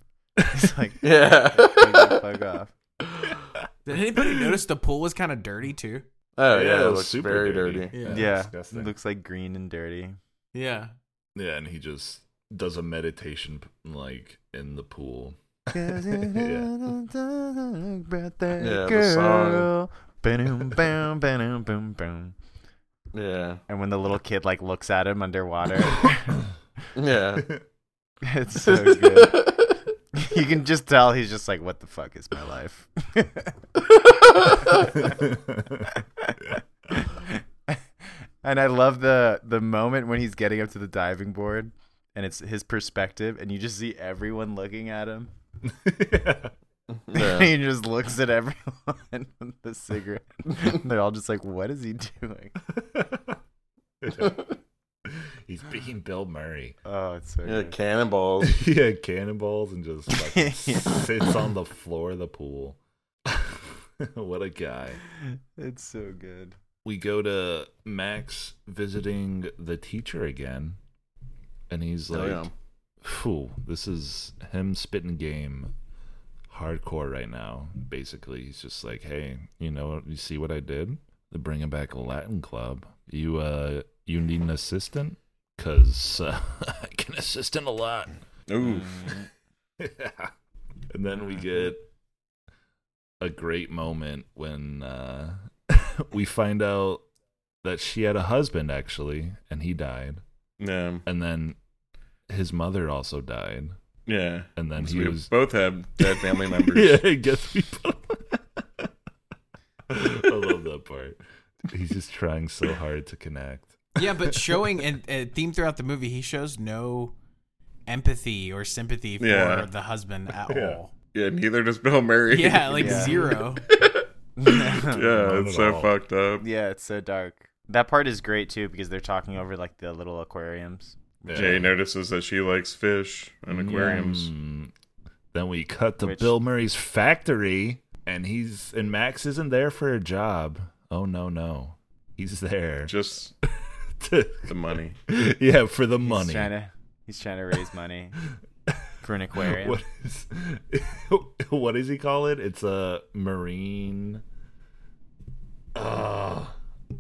S1: He's like,
S7: Yeah.
S1: "Fuck the fuck off."
S4: Did anybody notice the pool was kind of dirty too?
S7: Oh yeah, it
S3: Yeah, it was
S7: looks
S3: super
S7: very
S3: dirty.
S7: dirty.
S4: Yeah.
S1: Yeah,
S3: disgusting.
S1: it looks like green and dirty.
S4: Yeah.
S3: Yeah, and he just does a meditation like in the pool.
S7: Yeah,
S1: yeah,
S7: the girl.
S1: Boom, boom, boom, boom, boom.
S7: Yeah.
S1: And when the little kid like looks at him underwater,
S7: Yeah.
S1: it's so good. You can just tell he's just like, "What the fuck is my life?" and I love the the moment when he's getting up to the diving board, and it's his perspective, and you just see everyone looking at him.
S7: yeah.
S1: he just looks at everyone with the cigarette. They're all just like, "What is he doing?"
S3: He's being Bill Murray.
S1: Oh, it's so
S7: Yeah,
S1: good.
S7: cannonballs.
S3: yeah, cannonballs and just fucking sits on the floor of the pool. what a guy.
S1: It's so good.
S3: We go to Max visiting the teacher again, and he's like,
S7: yeah.
S3: Phew, this is him spitting game hardcore right now. Basically, he's just like, hey, you know, you see what I did? The bringing back a Latin club. You uh, you need an assistant because uh, I can assist in a lot.
S2: Ooh.
S3: And then we get a great moment when uh, we find out that she had a husband actually, and he died,
S2: Yeah.
S3: and then his mother also died.
S2: Yeah.
S3: And then
S2: So
S3: he
S2: we
S3: was
S2: both have dead family members.
S3: Yeah, I guess we. both- I love that part. He's just trying so hard to connect.
S4: yeah, but showing and uh, theme throughout the movie, he shows no empathy or sympathy for
S2: Yeah.
S4: the husband at all.
S2: Yeah, neither does Bill Murray.
S4: Yeah, like zero.
S2: yeah, it's so fucked up.
S1: Yeah, it's so dark. That part is great too because they're talking over like the little aquariums.
S2: Jay notices that she likes fish and aquariums.
S3: Mm. Then we cut to
S1: Which-
S3: Bill Murray's factory, and he's and Max isn't there for a job. Oh no, no, he's there.
S2: Just
S3: to-
S2: the money.
S3: yeah, for the
S1: He's
S3: money.
S1: trying to he's trying to raise money for an aquarium.
S3: What is what does he call it? It's a marine uh,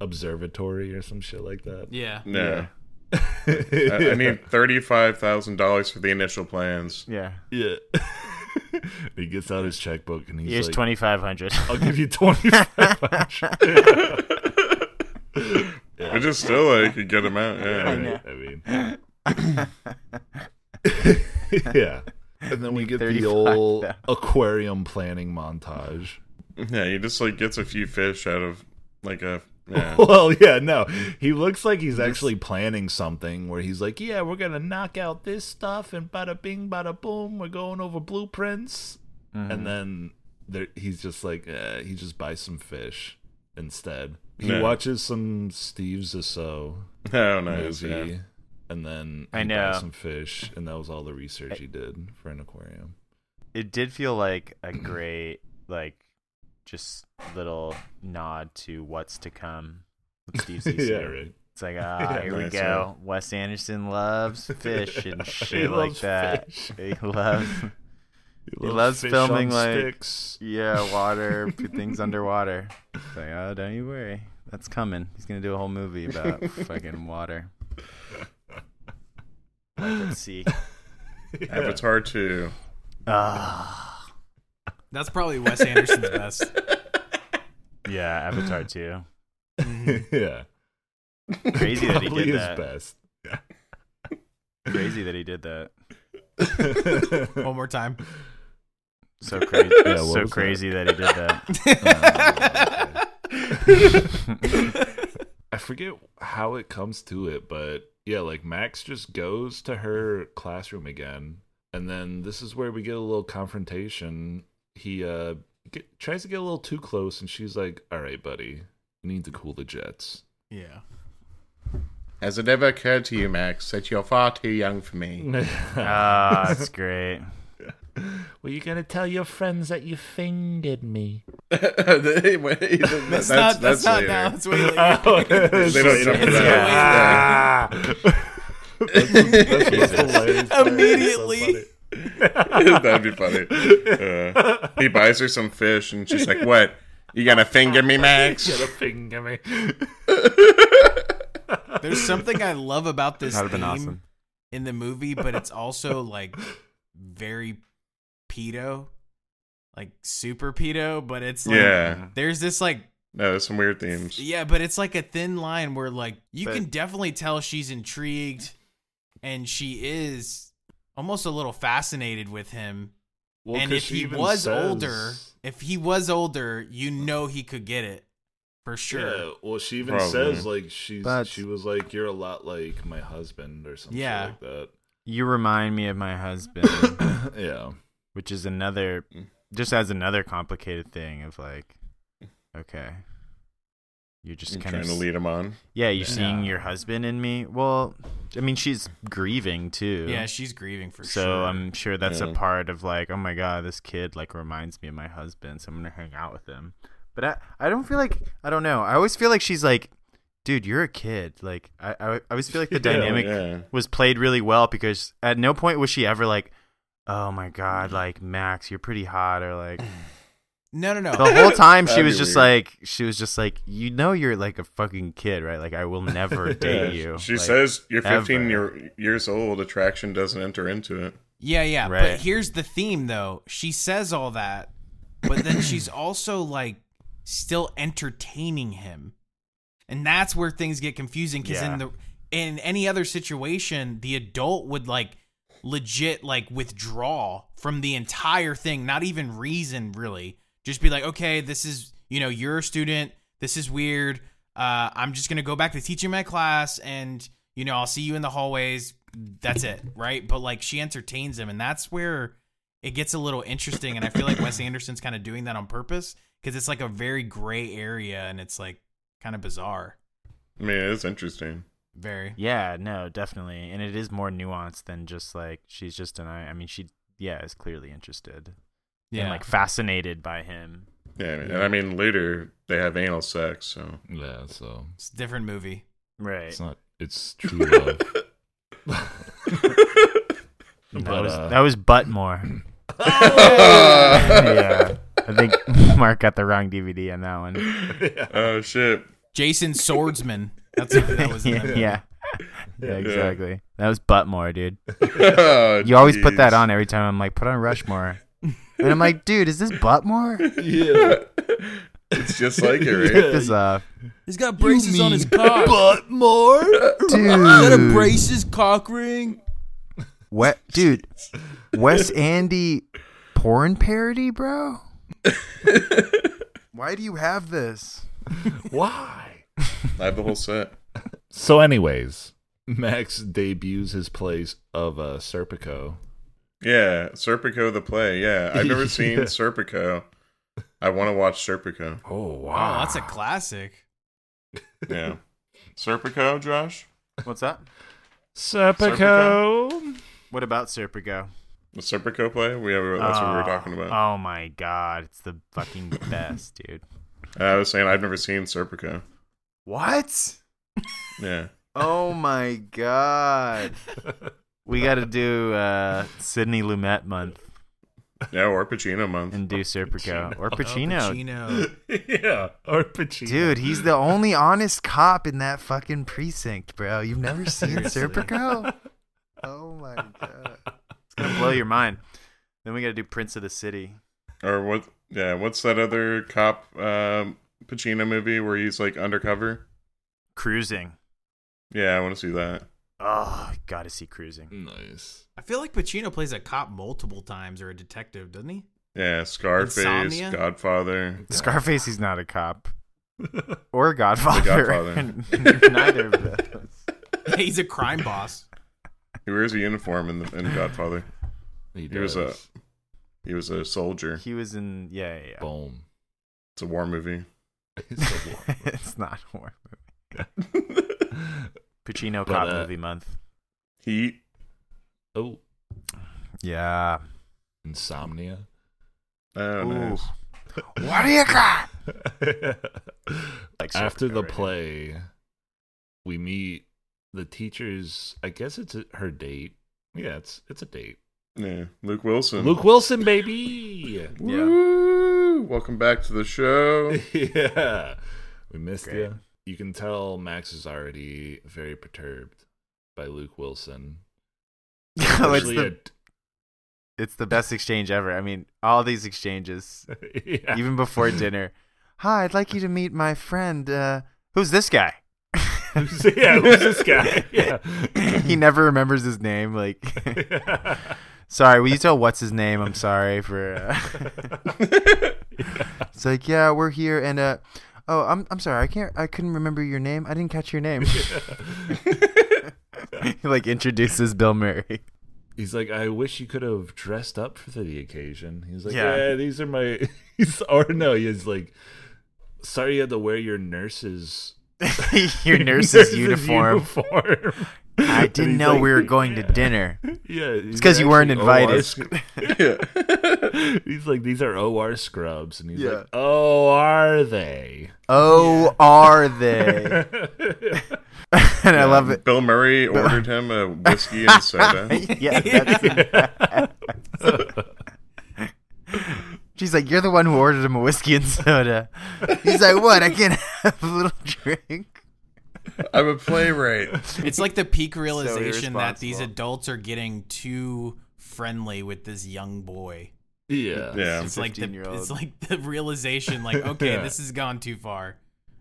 S3: observatory or some shit like that.
S4: Yeah.
S2: Yeah. I, I need thirty-five thousand dollars for the initial plans.
S1: Yeah.
S3: Yeah. he gets out his checkbook and he's
S1: Here's
S3: like,
S1: twenty five hundred.
S3: I'll give you twenty five.
S2: Which is still like you get him out. Yeah.
S3: I mean, yeah. And then we get the old aquarium planning montage.
S2: Yeah, he just like gets a few fish out of like a yeah.
S3: Well, yeah, no. He looks like he's actually planning something where he's like, yeah, we're going to knock out this stuff and bada bing, bada boom. We're going over blueprints. And then there, he's just like, eh, he just buys some fish instead. He
S2: Yeah.
S3: watches some Steve Zissou
S2: oh nice.
S3: movie.
S2: Yeah.
S3: And then
S1: I
S3: he
S1: know.
S3: buys some fish, and that was all the research he did for an aquarium.
S1: it did feel like a great like just little nod to what's to come with Steve Zissou.
S3: yeah, right.
S1: It's like ah,
S3: Yeah,
S1: here we
S2: nice,
S1: go. Wes Anderson loves fish and
S3: He
S1: shit like
S3: loves
S1: that.
S3: fish.
S1: He loves
S3: He
S1: loves
S3: fish
S1: filming,
S3: on
S1: like-
S3: sticks.
S1: yeah water, put things underwater. It's like oh, don't you worry, that's coming. He's gonna do a whole movie about fucking water. Life at sea.
S2: Avatar two.
S3: Ah.
S4: That's probably Wes Anderson's best.
S1: Yeah, Avatar too.
S3: yeah,
S1: Mm-hmm. Crazy that he
S3: probably
S1: did
S3: his
S1: that.
S3: best.
S1: Crazy that he did that.
S4: One more time.
S1: So crazy.
S3: Yeah, what
S1: so
S3: was that?
S1: crazy that? he did that.
S3: I forget how it comes to it, but yeah, like Max just goes to her classroom again, and then this is where we get a little confrontation. He uh get, tries to get a little too close, and she's like, "All right, buddy, you need to cool the jets."
S4: Yeah.
S2: Has it ever occurred to you, Max, that you're far too young for me?
S1: Ah, that's great.
S3: Were you gonna tell your friends that you fingered me?
S2: that's,
S4: That's, that's, not
S2: later. Oh,
S4: now. That's way later.
S2: They don't jump to
S4: It's
S2: that.
S4: Immediately.
S2: That'd be funny. Uh, he buys her some fish, and she's like, "What? You gonna finger me, Max?"
S3: Finger me.
S4: There's something I love about this
S1: That'd have
S4: theme
S1: been awesome.
S4: in the movie, but it's also like very pedo, like super pedo. But it's like
S2: Yeah.
S4: there's this like
S2: No, there's some weird themes.
S4: yeah, but it's like a thin line where like you
S1: But-
S4: can definitely tell she's intrigued, and she is almost a little fascinated with him.
S3: Well,
S4: and
S3: 'cause
S4: if
S3: she
S4: he
S3: even
S4: was
S3: says-
S4: older, if he was older, you know he could get it for sure.
S3: Yeah, well, she even
S2: Probably.
S3: says like she's
S1: But-
S3: she was like you're a lot like my husband or something
S4: Yeah.
S3: like that.
S1: You remind me of my husband.
S3: yeah,
S1: which is another just adds another complicated thing of like okay you're just
S2: I'm
S1: kind
S2: trying
S1: of
S2: to lead him on.
S1: yeah you're seeing your husband in me well i mean she's grieving too
S4: Yeah, she's grieving for
S1: so
S4: sure.
S3: um,
S1: i'm sure that's a
S2: Yeah.
S1: part of like oh my god this kid like reminds me of my husband so i'm gonna hang out with him but i i don't feel like i don't know i always feel like she's like dude you're a kid like i i, I always feel like the dynamic
S2: yeah.
S1: was played really well because at no point was she ever like oh my god like max you're pretty hot or like
S4: no, no, no.
S1: the whole time she
S2: That'd
S1: was
S2: be
S1: just
S2: weird.
S1: like she was just like you know you're like a fucking kid right like i will never date
S2: Yeah,
S1: you
S2: She
S1: Like,
S2: says you're 15
S1: ever.
S2: year, years old. Attraction doesn't enter into it.
S4: Yeah, yeah. But
S1: Right.
S4: here's the theme though. She says all that, but then she's also like still entertaining him. And that's where things get confusing cuz
S1: Yeah.
S4: in the in any other situation, the adult would like legit like withdraw from the entire thing, not even reason really. Just be like, "Okay, this is, you know, you're a student. This is weird. uh, I'm just gonna go back to teaching my class, and you know, I'll see you in the hallways. That's it, right? But like, she entertains him, and that's where it gets a little interesting. And I feel like Wes Anderson's kind of doing that on purpose because it's like a very gray area, and it's like kind of bizarre.
S2: I mean, it's interesting.
S4: Very.
S1: Yeah, no, definitely. And it is more nuanced than just like she's just an I I mean she yeah, is clearly interested. Yeah.
S4: Yeah.
S1: And like fascinated by him.
S2: Yeah, I mean- and I mean later they have anal sex, so
S3: Yeah, so
S4: It's a different movie.
S1: Right.
S3: it's not. It's true love.
S1: That
S3: but,
S1: was
S3: uh,
S1: that was Buttmore. yeah. I think Mark got the wrong DVD on that one.
S2: oh shit.
S4: Jason Swordsman. That's what that was.
S1: Yeah. Yeah, exactly. That was Buttmore, dude.
S2: Oh,
S1: You always put that
S2: jeez.
S1: on every time I'm like, put on Rushmore. And I'm like, dude, is this Buttmore? Take
S3: yeah,
S2: It's just like it, right?
S1: this off.
S4: He's got braces on his cock.
S3: but more.
S1: Dude.
S4: braces, cock ring.
S1: What, dude? Wes Andy porn parody, bro? Why do you have this?
S3: Why?
S2: I have the whole set.
S3: So, anyways, Max debuts his plays of uh, Serpico.
S2: Yeah, Serpico the play. Yeah, I've never seen Serpico. I want to watch Serpico.
S3: Oh
S4: Wow, that's a
S1: Ah.
S4: classic.
S2: Yeah, Serpico, Josh.
S1: What's that?
S3: Serpico.
S1: What about Serpico?
S2: The Serpico play. We have. That's what we were talking about.
S1: Oh my god, it's the fucking best, dude. Uh,
S2: I was saying I've never seen Serpico.
S1: What?
S2: Yeah.
S1: Oh my god. We got to do uh, Sydney Lumet month
S2: Yeah, or Pacino month.
S1: and do Serpico or
S4: Oh,
S1: Pacino.
S4: Pacino.
S3: yeah, or Pacino.
S1: Dude, he's the only honest cop in that fucking precinct, bro. You've never seen Serpico? Oh my god. It's gonna blow your mind. Then we gotta do Prince of the City.
S2: Or what? Yeah, what's that other cop um, Pacino movie where he's like undercover?
S1: Cruising.
S2: Yeah, I want to see that.
S1: Oh, gotta see cruising.
S3: Nice.
S4: I feel like Pacino plays a cop multiple times or a detective, doesn't he?
S2: Yeah, Scarface,
S4: Insomnia?
S2: Godfather.
S1: Scarface he's not a cop. Or
S2: Godfather.
S1: Godfather. Godfather. Neither of those.
S4: He's a crime boss.
S2: He wears a uniform in, the, in Godfather.
S3: He
S2: He was
S3: does.
S2: a- He was a soldier.
S1: He was in yeah, yeah, yeah.
S3: boom.
S2: It's a war movie.
S3: It's a war.
S1: it's not a horror movie. Pacino
S3: But,
S1: cop
S3: uh,
S1: movie month.
S2: Heat.
S3: oh,
S1: Yeah.
S3: insomnia.
S2: Oh, nice.
S1: What do you got? Like
S3: After
S1: Serpico
S3: the
S1: right now.
S3: play, we meet the teacher's. I guess it's a, her date. Yeah, it's it's a date.
S2: Yeah, Luke Wilson.
S3: Luke Wilson, baby.
S2: Woo! Welcome back to the show.
S3: yeah, we missed
S1: Great.
S3: you. You can tell Max is already very perturbed by Luke Wilson.
S1: Oh, it's
S3: Especially
S1: the it's the best exchange ever. I mean, all these exchanges,
S3: at- yeah.
S1: even before dinner. Hi, I'd like you to meet my friend. Uh, who's this guy?
S3: Who's- yeah, who's this guy? Yeah.
S1: he never remembers his name. Like, sorry, will you tell what's his name? I'm sorry for. Uh... it's like, yeah, we're here, and uh, oh, I'm I'm sorry, I can't, I couldn't remember your name. I didn't catch your name. he like introduces Bill Murray.
S3: He's like, I wish you could have dressed up for the occasion. He's like,
S1: Yeah.
S3: yeah, these are my. He's or no, he's like, sorry you had to wear your nurse's
S1: your nurse's, uniform. I
S3: uniform." And
S1: didn't
S3: he's
S1: know
S3: like-
S1: we were going to dinner.
S3: Yeah, it's
S1: 'cause you weren't
S2: Oh,
S1: invited.
S3: he's like, these are OR scrubs, and he's like, oh, are they?
S1: Oh, are they? and I love it.
S2: Bill Murray ordered him a whiskey and soda.
S1: Yeah, that's She's like, you're the one who ordered him a whiskey and soda. He's like, what? I can't have a little drink.
S2: I'm a playwright.
S4: It's like the peak realization that these
S1: irresponsible.
S4: adults are getting too friendly with this young boy.
S3: Yeah,
S2: Yeah.
S4: It's like the
S1: 15-year-old.
S4: it's like the realization, like okay, this has gone too far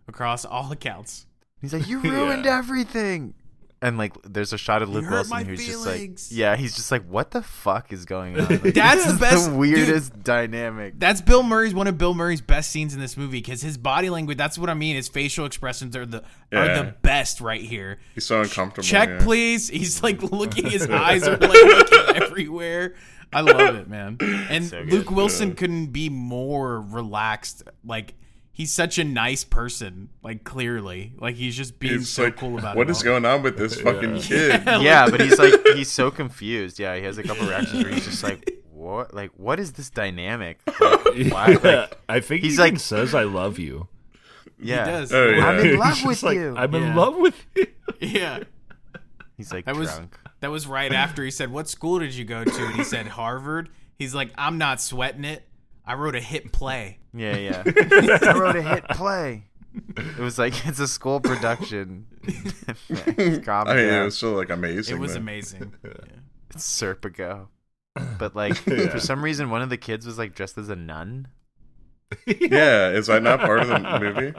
S4: across all accounts.
S1: He's like, you ruined everything. and like there's a shot of Luke
S4: hurt my
S1: Wilson who's just like
S4: feelings.
S1: yeah he's just like what the fuck is going on Like,
S4: That's the
S1: this is
S4: best- dude.
S1: weirdest dynamic
S4: That's Bill Murray's one of Bill Murray's best scenes in this movie because his body language. That's what I mean. His facial expressions are the
S2: Yeah.
S4: are the best right here.
S2: He's so uncomfortable.
S4: Check,
S2: yeah.
S4: please. He's like looking. His eyes are like looking everywhere. I love it, man. And Luke Wilson couldn't be more relaxed. Like he's such a nice person. Like clearly, like he's just being
S2: It's
S4: so
S2: like,
S4: cool about
S2: what
S4: it.
S2: is
S4: all.
S2: going on with this fucking kid?
S1: yeah but he's like he's so confused yeah he has a couple reactions where he's just like what like what is this dynamic like, why like,
S3: I think
S1: He's
S3: he even
S1: like-
S3: says I love you.
S1: yeah
S4: He does.
S2: Oh, yeah.
S1: I'm in love
S3: He's
S1: with
S3: just like,
S1: you
S3: I'm
S4: Yeah.
S3: in love with you.
S4: Yeah.
S1: he's like
S4: That was-
S1: drunk
S4: That was right after he said, "What school did you go to?" And he said, "Harvard." He's like, "I'm not sweating it. I wrote a hit play."
S1: yeah yeah I wrote a hit play it was like it's a school production Calm
S2: I mean,
S1: down.
S2: it was still like amazing.
S4: It was
S2: though.
S4: amazing.
S1: Serpico. But like for some reason one of the kids was like dressed as a nun.
S2: Yeah, is that not part of the movie?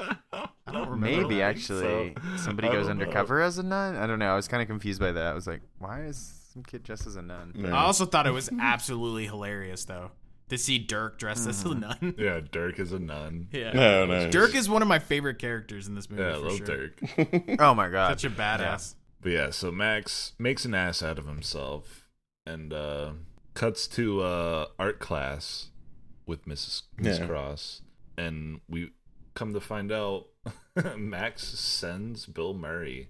S4: I don't remember.
S1: Maybe
S3: think
S1: actually
S3: so.
S1: somebody
S3: I
S1: goes
S3: don't know.
S1: undercover as a nun. I don't know. I was kind of confused by that. I was like, why is some kid dressed as a nun?
S2: No.
S4: I also thought it was absolutely hilarious though to see Dirk dressed as a nun.
S3: Yeah, Dirk is a nun.
S4: Yeah.
S2: no, no.
S4: Dirk is one of my favorite characters in this movie.
S3: Yeah, I
S4: for
S3: love
S4: sure.
S3: Dirk.
S1: Oh my god.
S4: Such a badass.
S3: But yeah, so Max makes an ass out of himself and uh cuts to uh art class with Mrs. Miss
S2: Yeah.
S3: Cross and we come to find out Max sends Bill Murray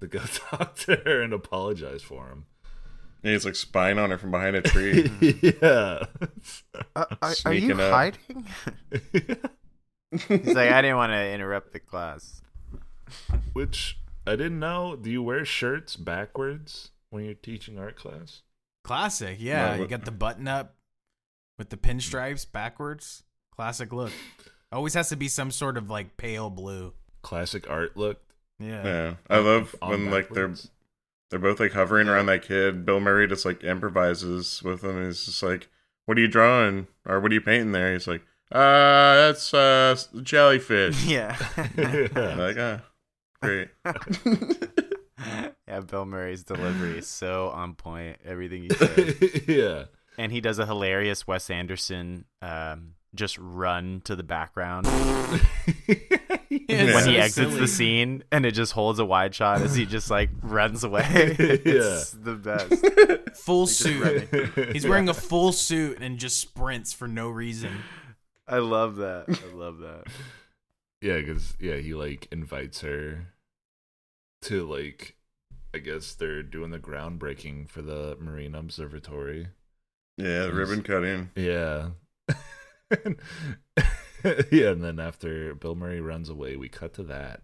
S3: to go talk to her and apologize for him.
S2: He's like spying on her from behind a tree.
S3: yeah.
S1: Uh, are, are you
S2: Sneaking up.
S1: hiding? He's like, I didn't want to interrupt the class.
S3: Which I didn't know. Do you wear shirts backwards when you're teaching art class?
S4: Classic. Yeah,
S2: Right,
S4: you
S2: what-
S4: got the button up with the pinstripes backwards. Classic look. Always has to be some sort of like pale blue.
S3: Classic art look.
S4: Yeah.
S2: yeah, I love
S3: on
S2: when like they're
S3: backwards.
S2: they're both like hovering around that kid. Bill Murray just like improvises with him. He's just like, "What are you drawing? Or what are you painting there?" He's like, "Uh, that's uh s- jellyfish."
S1: Yeah.
S2: I'm like, ah, great.
S1: yeah, Bill Murray's delivery is so on point. Everything he says.
S3: yeah.
S1: and he does a hilarious Wes Anderson um, just run to the background
S4: It's
S1: when he
S4: so
S1: exits
S4: silly.
S1: the scene, and it just holds a wide shot as he just like runs away. it's the best.
S4: Full suit. He's wearing a full suit and just sprints for no reason.
S1: I love that. I love that.
S3: Yeah, because yeah, he like invites her to like I guess they're doing the groundbreaking for the Marine Observatory.
S2: Yeah, the ribbon cutting.
S3: Yeah. yeah, and then after Bill Murray runs away, we cut to that.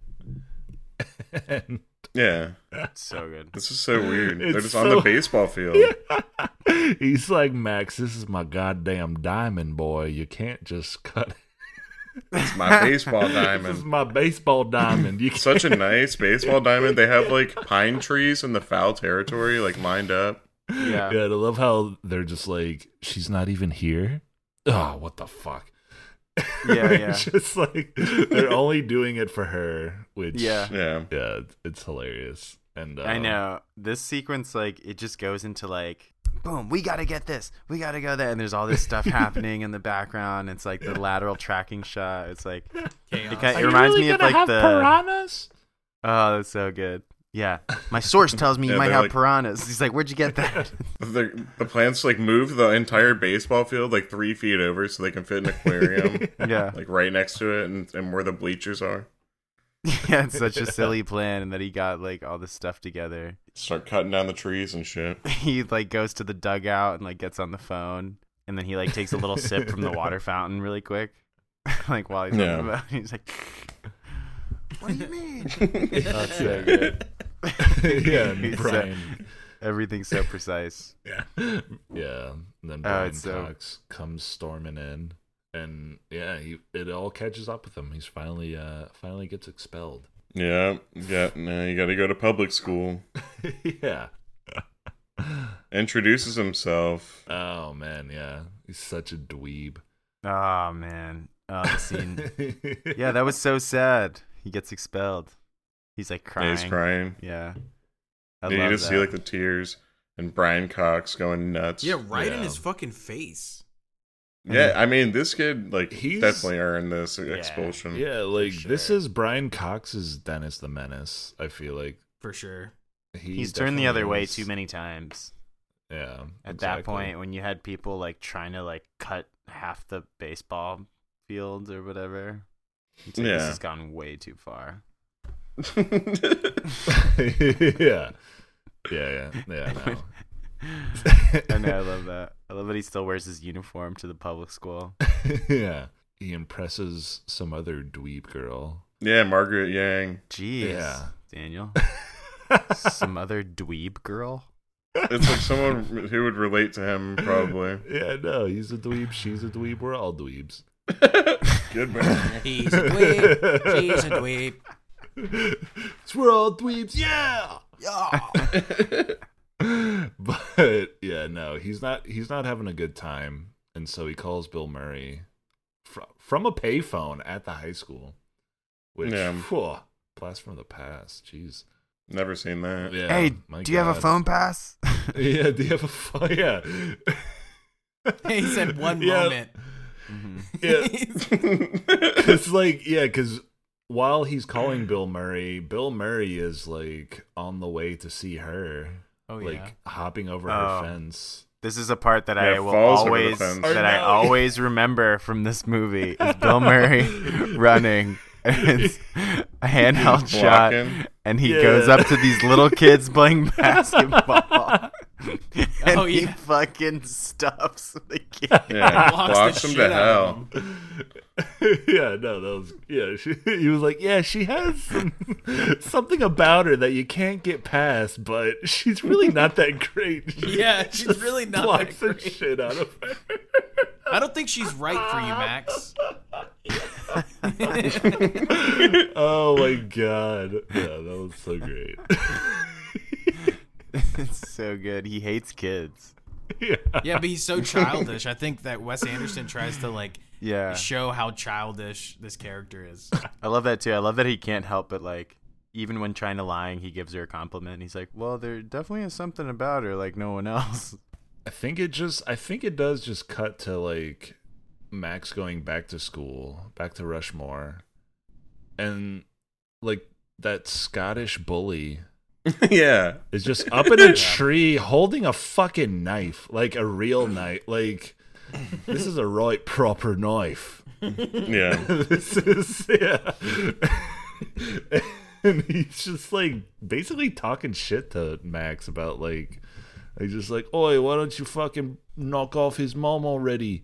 S3: and
S2: Yeah,
S1: It's so good.
S2: this is so weird. They're
S3: It's
S2: just on the
S3: so-
S2: baseball field.
S3: he's like, Max, this is my goddamn diamond boy. You can't just cut
S2: It's my baseball
S3: This is
S2: diamond.
S3: my baseball diamond. You can't
S2: Such a nice baseball diamond. They have like pine trees in the foul territory, like lined up.
S1: Yeah.
S3: Yeah, and I love how they're just like, she's not even here. Oh, what the fuck?
S1: Yeah,
S3: It's
S1: yeah.
S3: just like they're only doing it for her, which
S1: Yeah.
S2: Yeah.
S3: yeah, it's hilarious. And uh,
S1: I know this sequence, like it just goes into like, boom, we gotta get this, we gotta go there, and there's all this stuff happening in the background. It's like the lateral tracking shot. It's like it,
S4: Chaos.
S1: kind it reminds me of like the
S3: piranhas.
S1: Oh, that's so good. Yeah. My source tells me you
S2: Yeah,
S1: might
S2: they're
S1: have
S2: like-
S1: piranhas. He's like, where'd you get that?
S2: The, the plants like move the entire baseball field like three feet over so they can fit an aquarium
S1: yeah.
S2: like right next to it and, and where the bleachers are.
S1: Yeah, it's such a silly plan and that he got like all this stuff together.
S2: Start cutting down the trees and shit.
S1: He like goes to the dugout and like gets on the phone and then he like takes a little sip from the water fountain really quick. like while he's on
S2: Yeah.
S1: the phone. He's like What do you mean?
S3: That's so good. yeah, and
S1: He's so-
S3: Brian.
S1: Everything's so precise.
S3: Yeah, yeah. And then Brian
S1: Oh, it's so-
S3: Cox comes storming in, and yeah, he it all catches up with him. He's finally uh finally gets expelled.
S2: Yeah. Yeah. Now you got to go to public school.
S3: yeah.
S2: Introduces himself.
S3: Oh man, yeah. He's such a dweeb.
S1: Oh man. Oh the scene. yeah, that was so sad. He gets expelled. He's like crying.
S2: And he's crying.
S1: Yeah. I
S2: And you
S1: love
S2: just see
S1: that.
S2: like the tears and Brian Cox going nuts.
S4: Yeah, right in
S3: Yeah.
S4: his fucking face.
S2: Yeah, I mean this kid like
S3: He's-
S2: definitely earned this expulsion.
S3: Yeah, like this
S1: sure.
S3: is Brian Cox's Dennis the Menace. I feel like
S4: For sure.
S3: he
S1: He's turned the
S3: definitely
S1: other way
S3: is-
S1: too many times.
S3: Yeah,
S1: At
S3: exactly.
S1: that point, when you had people like trying to like cut half the baseball field or whatever, it's like,
S2: Yeah.
S1: this has gone way too far.
S3: yeah, yeah, yeah, yeah. I know.
S1: I know. I love that. I love that he still wears his uniform to the public school.
S3: yeah, he impresses some other dweeb girl.
S2: Yeah, Margaret Yang.
S1: Jeez,
S3: Yeah.
S1: Daniel. Some other dweeb girl.
S2: It's like someone who would relate to him probably.
S3: Yeah, no, he's a dweeb. She's a dweeb. We're all dweebs.
S2: Good man.
S4: He's a dweeb. He's a dweeb.
S3: It's we're all dweebs. Yeah. Yeah. but yeah, no, he's not. He's not having a good time, and so he calls Bill Murray fr- from a payphone at the high school, which
S2: Yeah.
S3: phew, blast from the past. Jeez.
S2: Never seen that.
S3: Yeah.
S1: hey,
S3: my
S1: do you have a
S3: God.
S1: phone pass?
S3: Yeah. Do you have a phone? Yeah.
S4: He said one
S3: Yeah.
S4: moment.
S3: Yeah. it's like yeah because while he's calling bill murray bill murray is like on the way to see her
S4: oh
S3: like
S4: yeah.
S3: hopping over
S1: Oh.
S3: her fence
S1: This is a part that I
S2: Yeah,
S1: will
S2: falls over the
S1: always
S2: fence.
S1: that
S3: Or
S1: I
S3: no.
S1: always remember from this movie is Bill Murray running. And it's a handheld shot,
S2: Blocking.
S1: and he
S3: Yeah.
S1: goes up to these little kids playing basketball. and
S4: Oh,
S1: he
S4: yeah.
S1: fucking stuffs the kid.
S2: Yeah.
S4: Blocks the
S2: Blocks him to
S4: shit out of
S2: hell.
S3: yeah no that was yeah she, he was like yeah she has some, something about her that you can't get past but she's really not that great She
S4: Yeah, she's really not.
S3: blocks
S4: That
S3: the
S4: great.
S3: shit out of her
S4: I don't think she's right for you, Max.
S3: oh my god yeah that was so great
S1: It's so good. He hates kids.
S3: yeah
S4: Yeah, but he's so childish. I think that Wes Anderson tries to like
S1: Yeah.
S4: show how childish this character is.
S1: I love that too. I love that he can't help but like even when trying to lying, he gives her a compliment. He's like, "Well, there definitely is something about her like no one else."
S3: I think it just I think it does just cut to like Max going back to school, back to Rushmore. And like that Scottish bully
S2: yeah.
S3: is just up in a tree holding a fucking knife, like a real knife. Like this is a right proper knife.
S2: Yeah.
S3: this is yeah. and he's just like basically talking shit to Max about like he's just like, Oi, why don't you fucking knock off his mom already?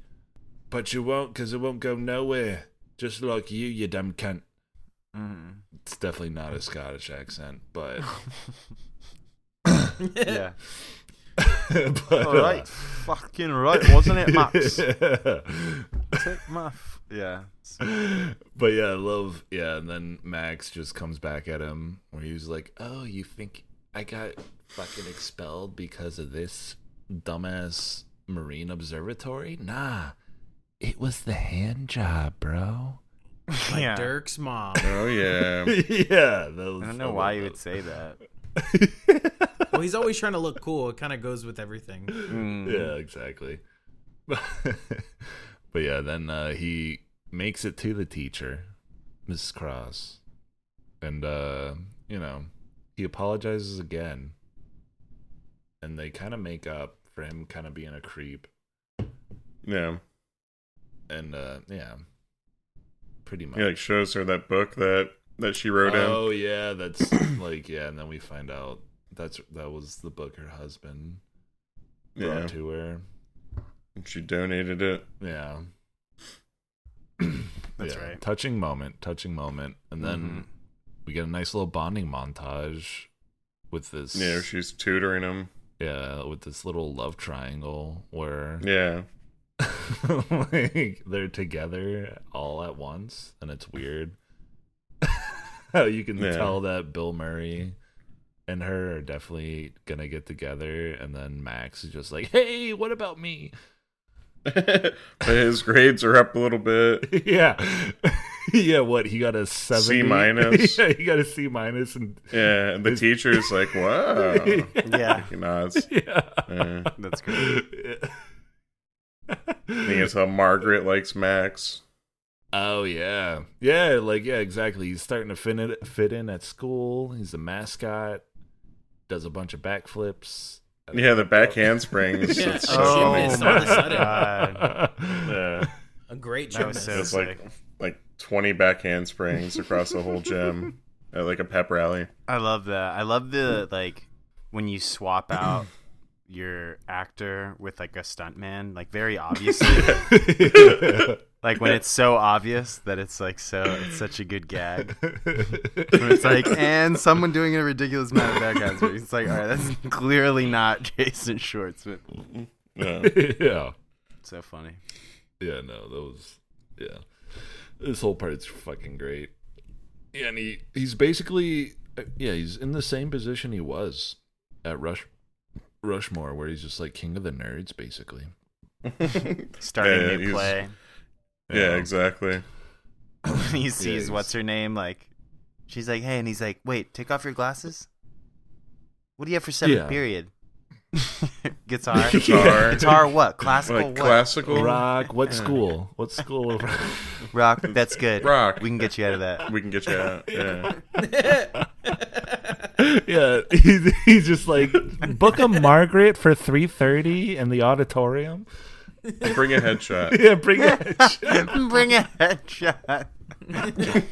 S3: But you won't because it won't go nowhere. Just like you, you dumb cunt. It's definitely not a Scottish accent, but
S1: yeah.
S3: but uh,
S1: All right. Fucking right, wasn't it, Max? Take my f- yeah.
S3: But yeah, I love yeah, and then Max just comes back at him where he was like, "Oh, you think I got fucking expelled because of this dumbass marine observatory? Nah, it was the hand job, bro."
S4: Like
S1: Yeah.
S4: Dirk's mom.
S2: Oh yeah.
S3: yeah, that was,
S1: Um, I don't know why you would say that.
S4: Well, he's always trying to look cool. It kind of goes with everything.
S1: Mm-hmm. Mm.
S3: Yeah, exactly. but yeah, then uh, he makes it to the teacher, Mrs. Cross, and uh, you know he apologizes again, and they kind of make up for him kind of being a creep,
S2: Yeah.
S3: and uh, yeah, pretty much.
S2: He like shows her that book that that she wrote
S3: oh yeah, that's like yeah, and then we find out that's that was the book her husband
S2: in.
S3: brought
S2: Yeah.
S3: to her.
S2: She donated it.
S3: Yeah.
S1: That's right.
S3: Touching moment, touching moment, and then we get a nice little bonding montage with this.
S2: Yeah, she's tutoring him.
S3: yeah, with this little love triangle where
S2: Yeah.
S3: like they're together all at once, and it's weird. How you can
S2: Yeah.
S3: tell that Bill Murray and her are definitely gonna get together, and then Max is just like, "Hey, what about me?"
S2: but his grades are up a little bit.
S3: yeah. yeah, what he got a seven
S2: minus.
S3: yeah, he got a C minus, and
S2: Yeah, and the teacher's like, wow.
S1: Yeah,
S2: He nods.
S3: yeah,
S2: Yeah.
S1: that's great.
S2: I think it's how Margaret likes Max.
S3: Oh yeah, yeah, like yeah, exactly. He's starting to fit in, fit in at school. He's the mascot. Does a bunch of backflips.
S2: Yeah, the back handsprings.
S4: Oh. Yeah.
S2: It's so
S4: Oh,
S2: funny.
S4: it's all of a sudden.
S2: Yeah.
S4: A great
S1: That was
S4: gymnast.
S1: so
S2: It's like
S1: sick.
S2: like twenty back handsprings across the whole gym at like a pep rally.
S1: I love that. I love
S2: Mm.
S1: the like when you swap out your actor with like a stuntman, like very obviously. like when it's so obvious that it's like so it's such a good gag. When it's like and someone doing a ridiculous amount of background space. It's like, all right, that's clearly not Jason Schwartzman.
S2: Yeah.
S3: yeah.
S1: It's so funny.
S3: Yeah, no, that was yeah. This whole part's fucking great. Yeah, and he he's basically uh, yeah he's in the same position he was at Rush Rushmore, where he's just like king of the nerds, basically.
S1: Starting
S2: Yeah,
S1: a new
S2: he's-
S1: play.
S2: yeah, exactly.
S1: he sees
S3: he's-
S1: what's her name, like she's like, Hey, and he's like, Wait, take off your glasses? What do you have for seventh
S3: Yeah.
S1: period? Guitar.
S2: Guitar.
S1: Guitar what? Classical
S2: Like
S1: what?
S2: classical
S3: Rock, what school? What school? of rock?
S1: Rock. That's good.
S2: Rock.
S1: We can get you out of that.
S2: we can get you out. Yeah.
S3: yeah, he's, he's just like book a Margaret for three thirty in the auditorium.
S2: Bring a headshot.
S3: Yeah, bring it.
S1: Bring a headshot.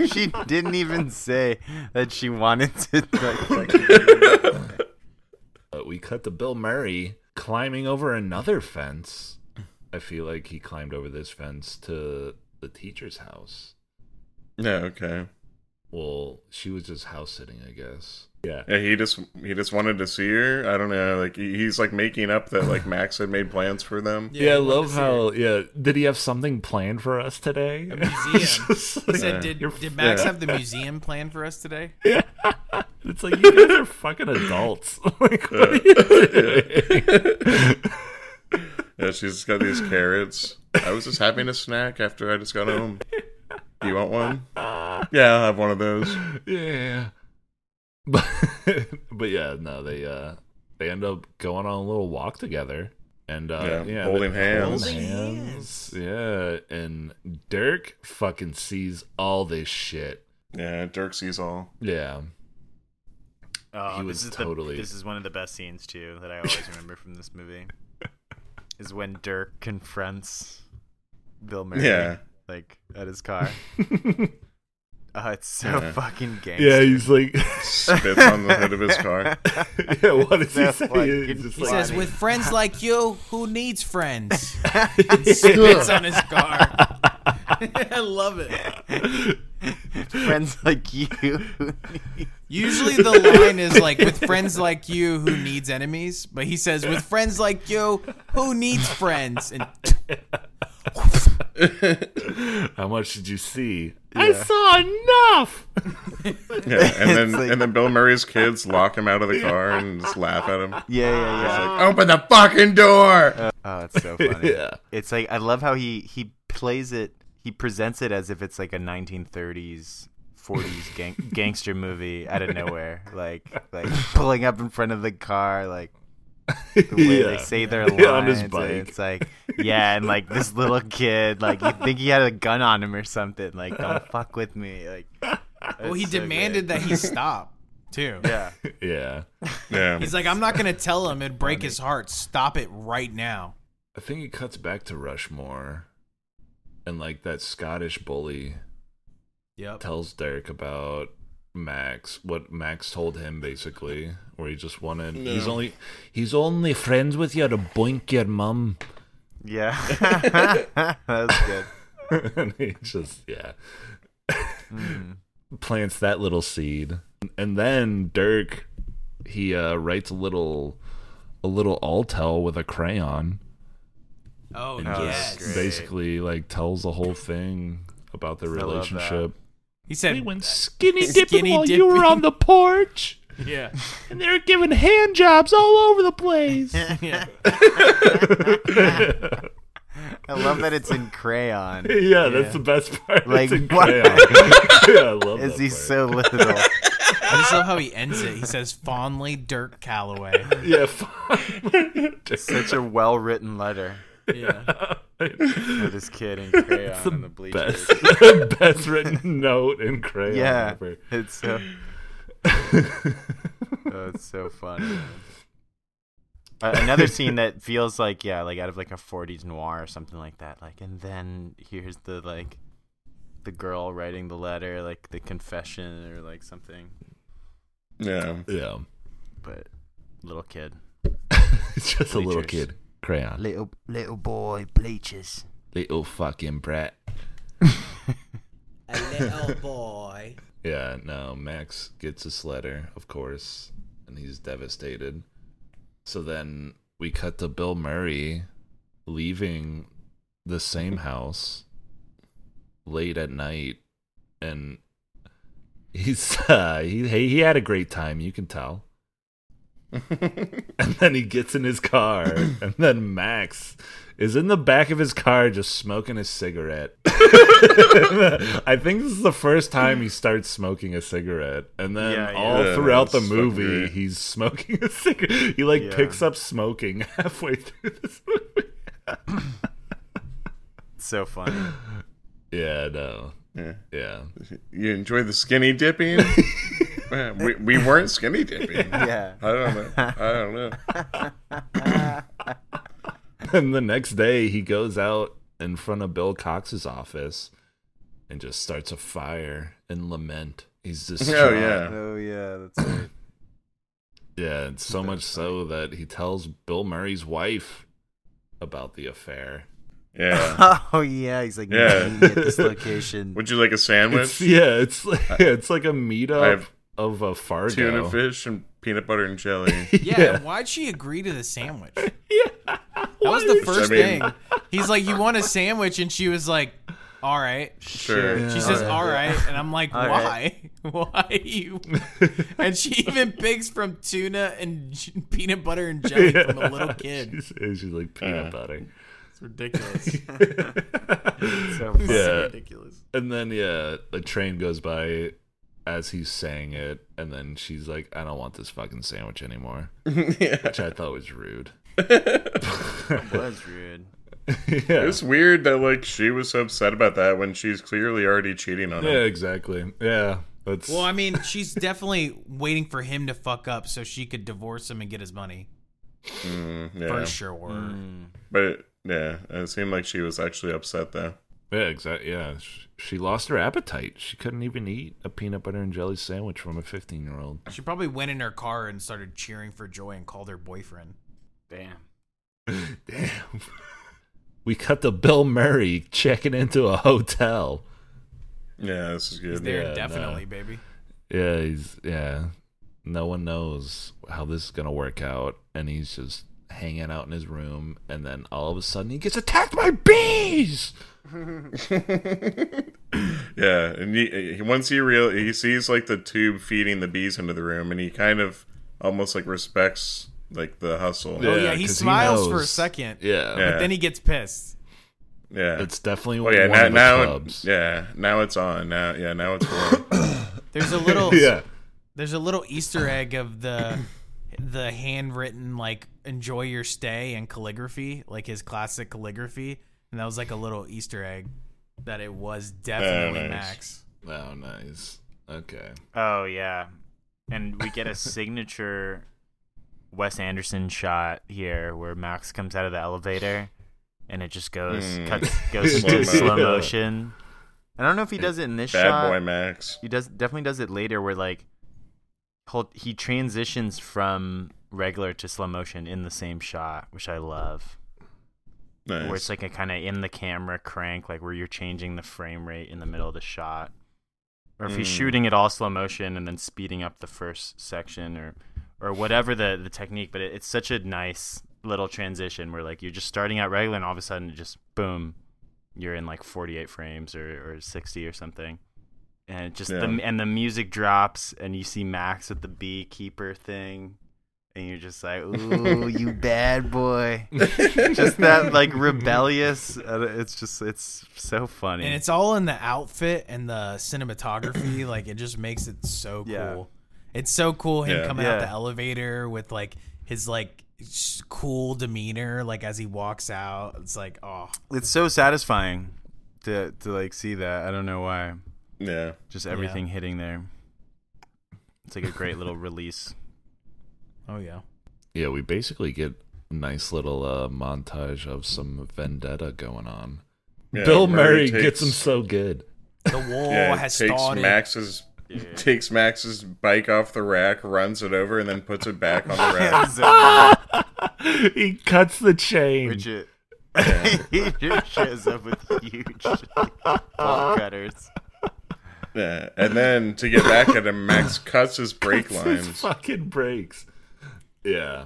S1: she didn't even say that she wanted to. Like, like,
S3: But Uh, we cut to Bill Murray climbing over another fence. I feel like he climbed over this fence to the teacher's house.
S2: Yeah, okay.
S3: Well, she was just house sitting, I guess. Yeah.
S2: Yeah, he just he just wanted to see her. I don't know. Like he- he's like making up that like Max had made plans for them.
S3: Yeah, I love how. Yeah, did he have something planned for us today? A
S4: museum. He said, did, did Max
S2: yeah.
S4: have the museum plan for us today?
S3: It's like you guys are fucking adults. like, what are you doing?
S2: Yeah, she's got these carrots. I was just having a snack after I just got home. You want one? Yeah, I'll have one of those.
S3: Yeah. But but yeah, no, they uh they end up going on a little walk together and
S2: Yeah,
S3: uh yeah,
S2: holding
S3: they-
S2: hands.
S3: holding hands. Yeah, and Dirk fucking sees all this shit.
S2: Yeah, Dirk sees all.
S3: Yeah.
S1: oh,
S3: He was
S1: this is
S3: totally-
S1: The, this is one of the best scenes too that I always remember from this movie. Is when Dirk confronts Bill Murray.
S2: Yeah.
S1: Like at his car. oh, it's so fucking gangster.
S3: Yeah, he's like
S2: Spits on the hood of his car.
S3: Yeah, what does he
S1: No
S3: say?
S1: fucking-
S3: He's just
S1: he
S4: He
S3: like,
S4: says, with friends like you, who needs friends? And spits on his car. I love it.
S1: Friends like you.
S4: Usually the line is like, with friends like you, who needs enemies? But he says, with friends like you, who needs friends? And
S3: How much did you see? I saw enough.
S2: Yeah, and then
S1: like-
S2: and then Bill Murray's kids lock him out of the car and just laugh at him.
S1: yeah, yeah, yeah.
S2: Open the fucking door.
S1: Oh, it's so funny.
S3: Yeah.
S1: It's like I love how he he plays it. He presents it as if it's like a 1930s, 40s gang- gangster movie out of nowhere, like like pulling up in front of the car, like the way they say their lines.
S3: Yeah, on his
S1: and
S3: bike.
S1: It's like yeah, and like this little kid, like you think he had a gun on him or something. Like don't fuck with me. Like
S4: well, he
S1: it's so
S4: demanded that he stop, too. Yeah.
S3: Yeah.
S2: Yeah,
S4: He's like, I'm not going to tell him and break his heart. Stop it right now.
S3: I think it cuts back to Rushmore, and like that Scottish bully
S4: Yep.
S3: tells Derek about Max, what Max told him basically, where he just wanted he's only he's only friends with you to boink your mum.
S1: yeah, that was good.
S3: and he just yeah
S1: Mm-hmm.
S3: plants that little seed, and then Dirk he uh, writes a little a little altel with a crayon.
S4: Oh,
S3: and
S4: yes.
S3: just basically like tells the whole thing about their
S1: love
S3: relationship.
S4: He said,
S3: skinny
S4: dipping Skinny while you were dipping. on
S3: the porch,
S4: yeah.
S3: and they were giving hand jobs all over the place.
S4: yeah.
S1: I love that it's in crayon.
S3: yeah, that's the best part.
S1: Like,
S3: it's in
S1: what?
S3: crayon. yeah, I love
S1: Is
S3: that
S1: he
S3: part.
S1: so little?
S4: I just love how he ends it. He says, "Fondly, Dirk Calloway."
S3: Yeah, fine.
S1: Such a well written letter
S4: Yeah,
S1: for this kid in crayon
S3: the
S1: on the bleachers.
S3: best, best written note in crayon
S1: Yeah,
S3: ever.
S1: it's so oh, it's so funny. man. Uh, another scene that feels like yeah, like out of like a '40s noir or something like that. Like, and then here's the like the girl writing the letter, like the confession or like something.
S2: Yeah.
S3: yeah,
S1: But little kid,
S3: it's just a little
S1: Bleachers.
S3: kid crayon,
S6: Little little boy bleachers.
S3: little fucking brat.
S4: a little boy.
S3: Yeah, no, Max gets his letter, of course, and he's devastated. So then we cut to Bill Murray leaving the same house late at night and he's uh, he he he had a great time, you can tell. and then he gets in his car and then Max is in the back of his car just smoking a cigarette. I think this is the first time he starts smoking a cigarette, and then
S6: Yeah, yeah.
S3: all
S2: Yeah,
S3: throughout the
S2: that's fucking
S3: movie,
S2: great.
S3: he's smoking a cigarette. He like
S1: Yeah.
S3: picks up smoking halfway through this movie.
S1: it's so funny.
S3: Yeah, no,
S2: Yeah.
S3: yeah,
S2: You enjoy the skinny dipping? Man, we, we weren't skinny dipping.
S1: yeah,
S2: I don't know. I don't know.
S3: And the next day, he goes out in front of Bill Cox's office and just starts a fire and lament. He's just
S2: Oh yeah.
S1: oh yeah, that's right.
S3: Yeah, and so much so that he tells Bill Murray's wife about the affair.
S2: Yeah.
S1: Oh yeah, he's like
S2: Yeah.
S1: meeting at this location.
S2: Would you like a
S3: It's,
S2: sandwich?
S3: yeah, it's like it's like a
S2: I
S3: meetup
S2: have
S3: of a Fargo.
S2: Tuna fish and peanut butter and jelly.
S4: Yeah, why'd she agree to the sandwich? That was the first
S2: I mean-
S4: thing. He's like, "You want a sandwich?" And she was like, "All right."
S2: Sure.
S4: She says, "All right," and I'm like,
S1: All
S4: "Why? Why you?" And she even picks from tuna and j- peanut butter and jelly from a little kid.
S3: she's, she's like peanut
S2: Uh.
S3: butter.
S4: It's ridiculous.
S1: So
S4: It's
S1: funny.
S3: Yeah.
S4: ridiculous.
S3: And then yeah, a train goes by as he's saying it, and then she's like, "I don't want this fucking sandwich anymore," which I thought was rude.
S1: was rude.
S3: yeah.
S2: It's weird that like she was so upset about that when she's clearly already cheating on
S3: yeah,
S2: him.
S3: exactly. Yeah, that's
S4: Well, I mean, she's definitely waiting for him to fuck up so she could divorce him and get his money
S2: Mm, yeah.
S4: for sure. Hmm.
S2: But it, yeah, it seemed like she was actually upset though.
S3: yeah, exactly. Yeah, Sh- she lost her appetite. She couldn't even eat a peanut butter and jelly sandwich from a fifteen-year-old.
S4: She probably went in her car and started cheering for joy and called her boyfriend.
S1: Damn.
S3: Damn. We cut to Bill Murray checking into a hotel.
S2: Yeah, this is
S4: He's
S2: good.
S4: there
S3: Yeah,
S4: definitely,
S3: no.
S4: baby.
S3: Yeah, he's yeah. No one knows how this is gonna work out, and he's just hanging out in his room, and then all of a sudden he gets attacked by bees.
S2: Yeah, and he, he- once he real he sees like the tube feeding the bees into the room, and he kind of almost like respects like the hustle.
S4: Oh, yeah, he
S3: 'cause
S4: smiles for a
S3: knows.
S4: second.
S3: Yeah,
S2: Yeah.
S4: Then he gets pissed.
S2: yeah.
S3: it's definitely
S2: oh yeah,
S3: one
S2: now,
S3: of the
S2: now
S3: clubs.
S2: yeah, now it's on. Now yeah, now it's on.
S4: There's a little
S3: yeah,
S4: there's a little Easter egg of the the handwritten like enjoy your stay and calligraphy, like his classic calligraphy. And that was like a little Easter egg that it was
S2: nice.
S4: definitely Max.
S3: Oh, nice. Okay.
S1: Oh yeah, and we get a signature Wes Anderson shot here where Max comes out of the elevator, and it just goes
S2: Mm.
S1: cuts goes
S2: Slow
S1: into
S2: mo.
S1: slow
S3: Yeah.
S1: motion. I don't know if he does it in this shot.
S2: Bad boy Max.
S1: He does definitely does it later where like hold, he transitions from regular to slow motion in the same shot, which I love.
S2: Nice.
S1: Where it's like a kind of in the camera crank, like where you're changing the frame rate in the middle of the shot. Or if he's
S2: Mm.
S1: shooting it all slow motion and then speeding up the first section or or whatever the, the technique, but it, it's such a nice little transition where like you're just starting out regular and all of a sudden it just boom, you're in like 48 frames or, or 60 or something. And it just the
S2: Yeah.
S1: and the music drops and you see Max with the beekeeper thing and you're just like, "Ooh, you bad boy!" just that like rebellious. uh, It's just it's so funny.
S4: And it's all in the outfit and the cinematography. like it just makes it so cool.
S1: Yeah.
S4: It's so cool him
S2: Yeah.
S4: coming out
S1: Yeah.
S4: the elevator with like his like s- cool demeanor, like as he walks out. It's like oh
S1: it's so satisfying to to like see that. I don't know why.
S2: Yeah.
S1: Just everything hitting there. It's like a great little release.
S4: oh yeah.
S3: Yeah, we basically get a nice little uh, montage of some vendetta going on.
S2: Yeah,
S3: Bill Murray
S2: takes-
S3: gets him so good.
S4: The war
S2: yeah,
S4: has
S2: takes
S4: started.
S2: Max's takes Max's bike off the rack, runs it over, and then puts it back on the rack.
S3: he cuts the chain.
S1: Bridget. he just shows up with huge ball cutters.
S2: Yeah, and then to get back at him, Max cuts his brake
S3: His
S2: lines.
S3: fucking breaks. Yeah.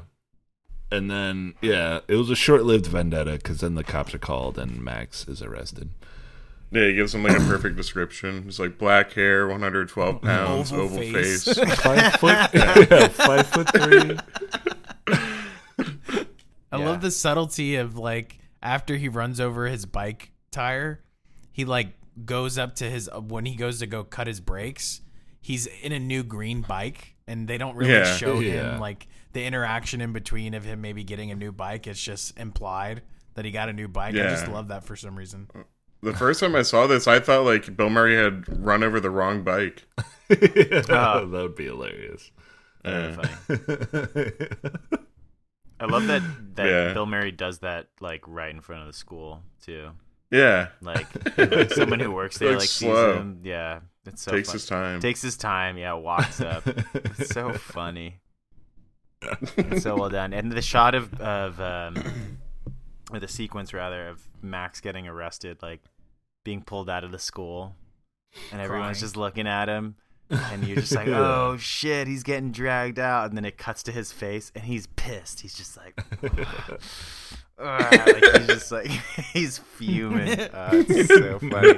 S3: And then, yeah, it was a short lived vendetta because then the cops are called and Max is arrested.
S2: Yeah, he gives him like a perfect description. He's like black hair, 112 pounds,
S4: Oval
S2: oval,
S4: face.
S2: face.
S3: Five foot, yeah, five foot three.
S4: I love the subtlety of like after he runs over his bike tire, he like goes up to his when he goes to go cut his brakes, he's in a new green bike and they don't really
S2: Yeah.
S4: show
S3: Yeah.
S4: him like the interaction in between of him maybe getting a new bike. It's just implied that he got a new bike. I just
S2: Yeah.
S4: love that for some reason.
S2: The first time I saw this, I thought like Bill Murray had run over the wrong bike.
S1: Ah.
S3: that would be hilarious.
S2: Yeah.
S1: I love that that
S2: Yeah.
S1: Bill Murray does that like right in front of the school too.
S2: yeah.
S1: Like, like someone who works there
S2: Like,
S1: like, sees
S2: slow.
S1: him. Yeah, it's so
S2: takes
S1: fun.
S2: his time.
S1: Takes his time. Yeah, walks up. It's so funny. It's so well done. And the shot of of um, or the sequence rather of Max getting arrested, like being pulled out of the school, and everyone's
S4: Crying.
S1: just looking at him. And you're just like, oh shit, he's getting dragged out. And then it cuts to his face, and he's pissed. He's just like, "Ugh," Ah, like he's just like, he's fuming. Uh, it's so funny.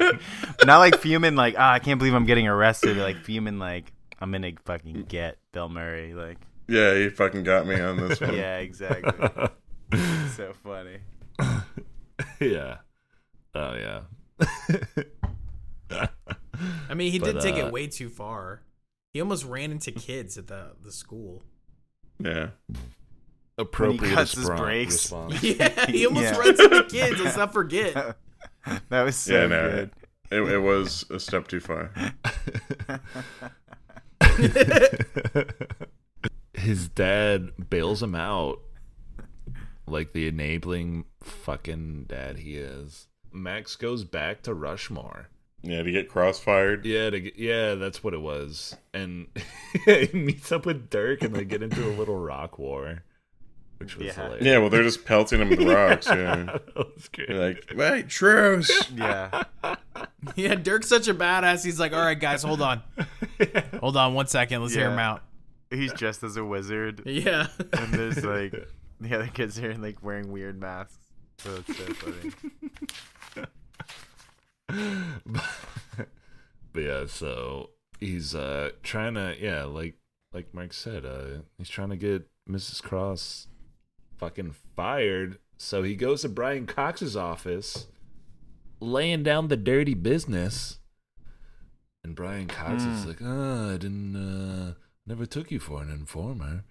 S1: Not like fuming, like, ah, I can't believe I'm getting arrested. but, Like fuming, like, I'm gonna fucking get Bill Murray. Like,
S2: yeah, he fucking got me on this one.
S1: yeah, exactly. so funny.
S3: yeah. Oh, yeah.
S4: I mean, he
S3: But,
S4: did take
S3: uh,
S4: it way too far. He almost ran into kids at the the school.
S2: Yeah.
S3: Appropriate
S1: cuts his
S3: respon-
S1: brakes.
S3: response.
S4: Yeah, he almost
S1: Yeah.
S4: runs into kids. Let's not forget.
S1: That was so
S2: yeah, no.
S1: good.
S2: It, it was a step too far.
S3: his dad bails him out like the enabling fucking dad he is max goes back to rushmore
S2: Yeah, to get crossfired.
S3: yeah to, get- yeah that's what it was and he meets up with dirk and they get into a little rock war which was
S1: Yeah.
S3: hilarious
S2: Yeah, well, they're just pelting him with rocks. Yeah.
S3: that was great
S2: They're like, wait, truce.
S1: Yeah.
S4: Yeah, Dirk's such a badass. He's like, all right, guys, hold on. Hold on one second. Let's hear
S1: Yeah.
S4: him out.
S1: He's dressed as a wizard.
S4: Yeah.
S1: and there's like the other kids here like wearing weird masks. So it's so funny.
S3: But yeah, so he's uh trying to yeah, like like Mike said, uh he's trying to get Mrs. Cross fucking fired. So he goes to Brian Cox's office, laying down the dirty business. And Brian Cox is like, "Ah, I didn't uh never took you for an informer."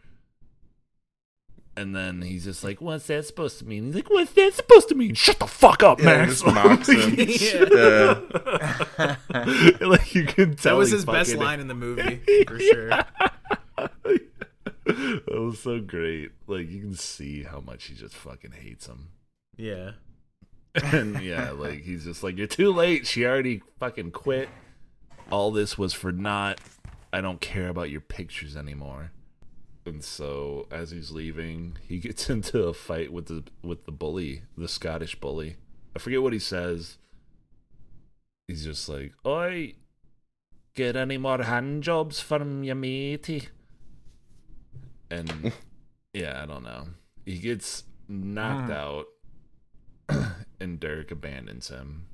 S3: And then he's just like, "What's that supposed to mean?" He's like, "What's that supposed to mean?" Shut the fuck up,
S2: Yeah,
S3: Max.
S2: just mocks him. Yeah.
S3: like you can tell
S4: That was
S3: he
S4: his best
S3: fucking-
S4: line in the movie, for sure.
S3: that was so great. Like you can see how much he just fucking hates him.
S4: Yeah.
S3: And yeah, like he's just like, You're too late, she already fucking quit. All this was for naught. I don't care about your pictures anymore. And so as he's leaving, he gets into a fight with the with the bully, the Scottish bully. I forget what he says. He's just like, Oi get any more hand jobs from your matey. And yeah, I don't know. He gets knocked out, and Dirk abandons him.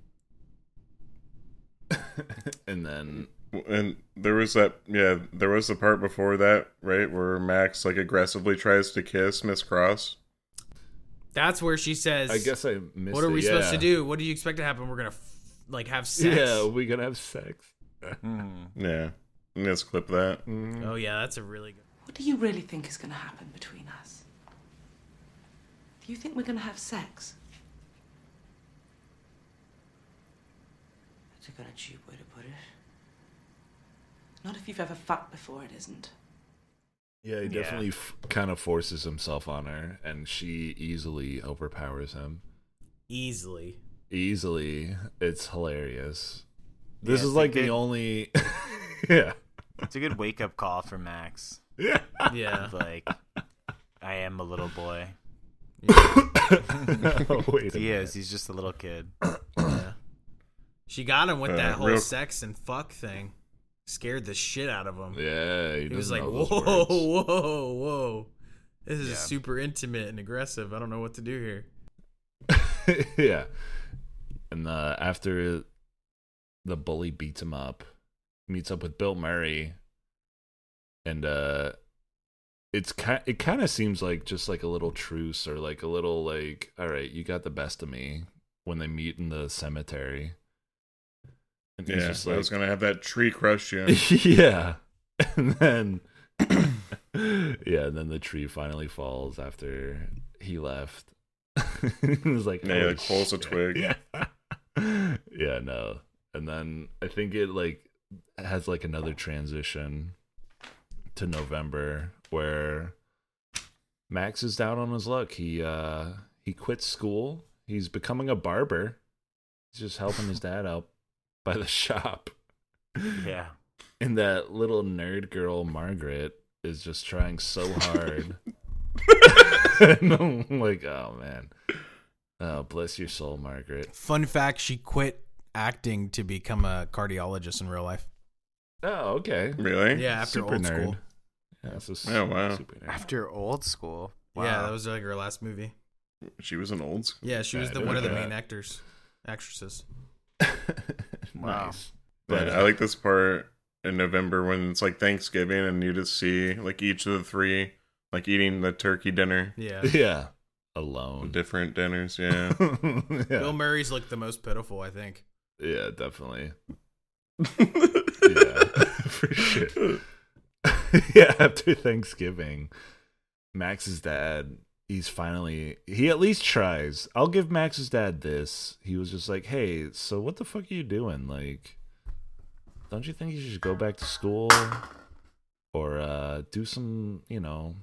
S3: and then
S2: and there was that yeah there was the part before that right where max like aggressively tries to kiss miss cross
S4: That's where she says,
S3: I guess I missed.
S4: "What are
S3: it,
S4: we supposed to
S3: yeah.
S4: do? What do you expect to happen? We're gonna f- like have sex."
S3: Yeah, we gonna have sex.
S2: yeah let's clip that
S3: Mm.
S4: Oh yeah, that's a really good.
S8: What do you really think is going to happen between us? Do you think we're going to have sex? That's a kind of cheap way to put it. Not if you've ever fucked before, it isn't.
S3: Yeah, he definitely F- kind of forces himself on her, and she easily overpowers him.
S4: Easily.
S3: Easily, it's hilarious. This
S1: Yeah,
S3: is
S1: it's
S3: like
S1: a
S3: the
S1: good-
S3: only. yeah,
S1: It's a good wake up call for Max.
S4: Yeah.
S1: Of like, I am a little boy.
S3: wait. a
S1: He
S3: minute.
S1: is. He's just a little kid.
S4: She got him with
S2: Uh,
S4: that whole
S2: real-
S4: sex and fuck thing. Scared the shit out of him.
S3: Yeah, he,
S4: he was
S3: doesn't
S4: like,
S3: know
S4: "Whoa,
S3: those words."
S4: whoa, whoa! This is super intimate and aggressive. I don't know what to do here."
S3: yeah. And uh, after the bully beats him up, meets up with Bill Murray, and uh, it's kind. It kind of seems like just like a little truce or like a little like, all right, you got the best of me. When they meet in the cemetery, and he's
S2: yeah
S3: just
S2: i
S3: like,
S2: was gonna have that tree crush you
S3: yeah, and then yeah, and then the tree finally falls after he left. it was like
S2: Yeah, he,
S3: "Holy
S2: like, pulls a
S3: shit."
S2: twig.
S3: Yeah, yeah, no. And then I think it like has like another transition to November where Max is down on his luck. He uh he quits school. He's becoming a barber. He's just helping his dad out by the shop.
S1: Yeah.
S3: And that little nerd girl Margaret is just trying so hard. and I'm like, oh man. Oh, bless your soul, Margaret.
S4: Fun fact: She quit acting to become a cardiologist in real life.
S3: Oh, okay.
S2: really
S4: Yeah, after
S3: Super
S4: old
S3: nerd.
S4: school.
S3: Yeah, so s-
S2: Oh, wow.
S3: Super nerd.
S1: After old school.
S4: Yeah,
S1: Wow.
S4: that was like her last movie.
S2: she was an old school
S4: Yeah, she was
S3: I
S4: the
S3: didn't
S4: one of
S3: know
S4: the main
S3: that.
S4: actors, actresses.
S1: Wow.
S3: nice.
S2: but uh, i like this part in november when it's like thanksgiving and you just see like each of the three like eating the turkey dinner
S4: Yeah.
S3: Yeah. Alone.
S2: different dinners yeah
S3: yeah.
S4: Bill Murray's looked the most pitiful, I think.
S3: yeah, definitely. yeah, for sure. yeah, after Thanksgiving, Max's dad, he's finally he at least tries. I'll give Max's dad this. He was just like, "Hey, so what the fuck are you doing? Like, don't you think you should go back to school or uh do some, you know,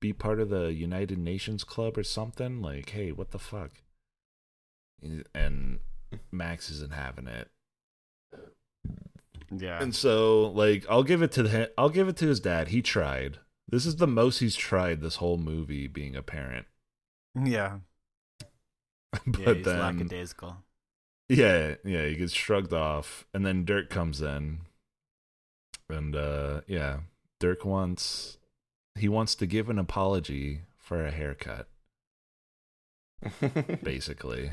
S3: be part of the United Nations club or something? Like, hey, what the fuck?" And Max isn't having it.
S1: yeah.
S3: And so, like, I'll give it to the, I'll give it to his dad. He tried. This is the most he's tried this whole movie being a parent.
S1: Yeah.
S3: but
S1: Yeah. He's
S3: then,
S1: lackadaisical.
S3: yeah, yeah, he gets shrugged off, and then Dirk comes in, and uh, yeah, Dirk wants he wants to give an apology for a haircut, basically.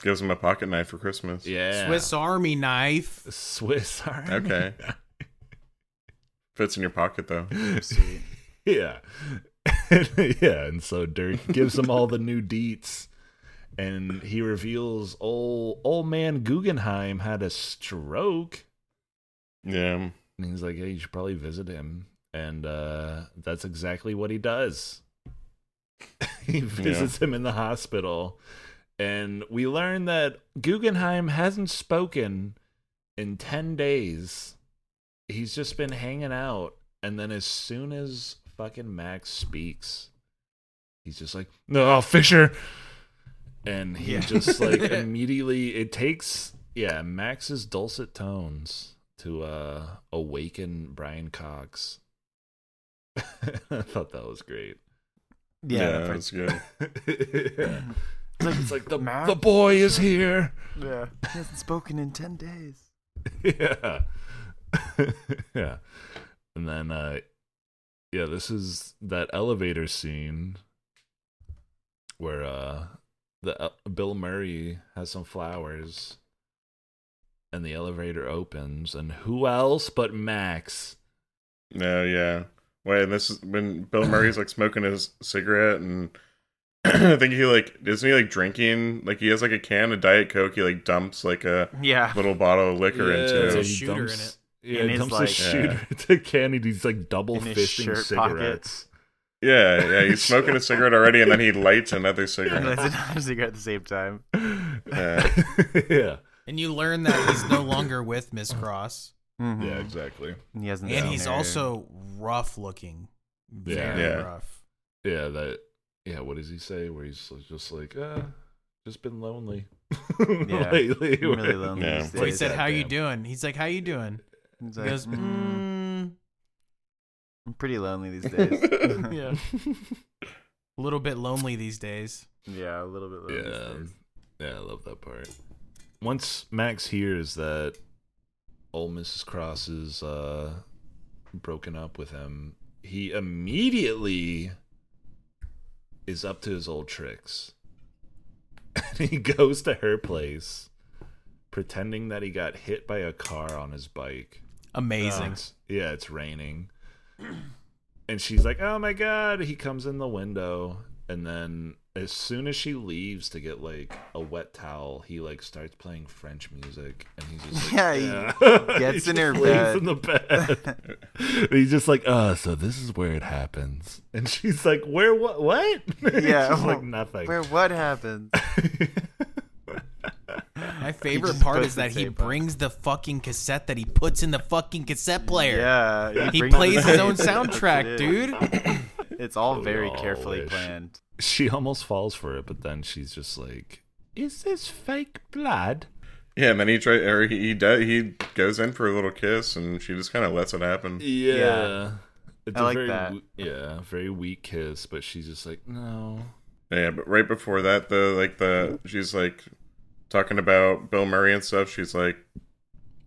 S2: gives him a pocket knife for christmas
S3: Yeah,
S4: Swiss Army knife.
S3: Swiss Army.
S2: Okay. Fits in your pocket though.
S3: yeah. yeah, and so Dirk gives him all the new deets and he reveals old old man Guggenheim had a stroke.
S2: Yeah.
S3: And he's like, Hey, you should probably visit him. And uh that's exactly what he does. he visits him in the hospital. And we learn that Guggenheim hasn't spoken in 10 days. He's just been hanging out. And then as soon as fucking Max speaks, he's just like, no, oh, Fisher. And he just like immediately, it takes, yeah, Max's dulcet tones to uh awaken Brian Cox. I thought that was great.
S2: Yeah,
S1: Yeah. that part's-
S2: that's good.
S3: Yeah. It's like the,
S1: Max-
S3: the boy is here.
S1: yeah. He hasn't spoken in 10 days.
S3: yeah. yeah. And then uh yeah, this is that elevator scene uh, where uh the Bill Murray has some flowers and the elevator opens, and who else but Max?
S2: No, yeah. Wait, and this is when Bill Murray's like smoking his cigarette, and I think he like isn't he like drinking? Like he has like a can of Diet Coke. He like dumps like a
S6: Yeah.
S2: little bottle of liquor
S4: There's
S2: into.
S4: a shooter in it.
S3: Yeah,
S6: In his,
S3: he dumps
S6: like-
S3: a shooter into candy. He's like double
S6: In his
S3: fisting
S6: shirt pocket.
S3: cigarettes.
S2: Yeah, yeah. He's smoking a cigarette already, and then he lights another cigarette.
S1: That's another cigarette at the same time.
S2: Yeah.
S3: yeah,
S4: And you learn that he's no longer with Miss Cross,
S3: yeah, exactly.
S1: And Mm-hmm. he hasn't.
S4: and
S1: seen
S4: he's
S1: her.
S4: also rough looking,
S3: Yeah.
S4: very
S2: Yeah.
S4: rough.
S3: Yeah, that. Yeah, what does he say? Where he's just like, uh, just been lonely.
S1: Yeah,
S3: lately.
S1: I'm really lonely.
S2: Yeah.
S1: these
S4: So he
S1: days.
S4: said, "How you
S3: Goddamn.
S4: doing?" He's like, "How you doing?"
S1: He's
S4: He
S1: like,
S4: goes,
S1: "Mm,
S4: mm,
S1: I'm pretty lonely these days.
S4: "Yeah, a little bit lonely these days."
S1: yeah, a little bit lonely. these
S3: Yeah,
S1: days.
S3: yeah, I love that part. Once Max hears that old Mrs. Cross is uh, broken up with him, he immediately is up to his old tricks. And he goes to her place, pretending that he got hit by a car on his bike.
S4: Amazing.
S3: It's- yeah, it's raining. And she's like, "Oh my god!" He comes in the window, and then as soon as she leaves to get like a wet towel, he like starts playing French music, and he's just like,
S1: Yeah, he gets in her
S3: just lays
S1: bed.
S3: in the bed. And he's just like, "Uh, so this is where it happens." And she's like, "Where? What? What?" And
S1: Yeah,
S3: she's like nothing.
S1: Where what happened?
S4: My favorite part
S1: puts
S4: is
S1: the
S4: that he
S1: tape on.
S4: brings the fucking cassette that he puts in the fucking cassette player.
S1: Yeah,
S4: He
S1: brings
S4: plays
S1: it
S4: his
S1: up.
S4: own soundtrack, dude.
S1: It's all
S3: We
S1: very
S3: all
S1: carefully
S3: wish.
S1: planned.
S3: She almost falls for it, but then she's just like, "Is this fake blood?"
S2: Yeah, and then he try or he he, does, he goes in for a little kiss, and she just kind of lets it happen.
S3: Yeah. It's
S1: I
S3: a
S1: like
S3: very,
S1: that.
S3: w- Yeah, very weak kiss, but she's just like, no.
S2: Yeah, but right before that, though, like the she's like talking about Bill Murray and stuff. She's like,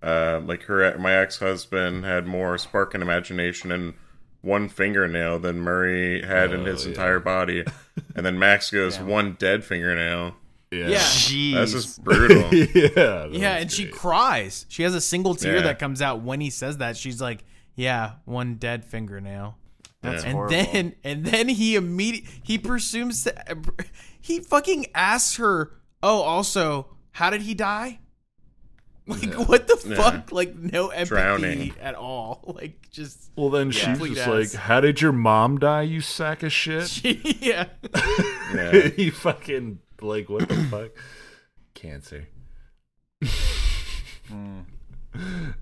S2: uh, like her my ex husband had more spark and imagination and one fingernail than Murray had in
S3: Oh,
S2: his
S3: yeah.
S2: entire body, and then Max goes one dead fingernail.
S4: Yeah.
S1: Jeez.
S2: That's just brutal.
S3: yeah. that
S4: Yeah,
S3: was
S4: and she
S3: great.
S4: cries. She has a single tear
S2: Yeah.
S4: that comes out when he says that. She's like, "Yeah, one dead fingernail."
S1: That's
S2: Yeah.
S4: And
S1: horrible.
S4: then and then he immediately he presumes that he fucking asks her, "Oh, also, how did he die?" Like what the
S2: Yeah.
S4: fuck? Like no empathy
S2: Drowning.
S4: at all. Like just
S3: Well, then she's
S4: Complete
S3: just
S4: ass.
S3: like, how did your mom die, you sack of shit?
S4: yeah.
S2: Yeah.
S3: you fucking, like, what the fuck? Cancer.
S4: Mm.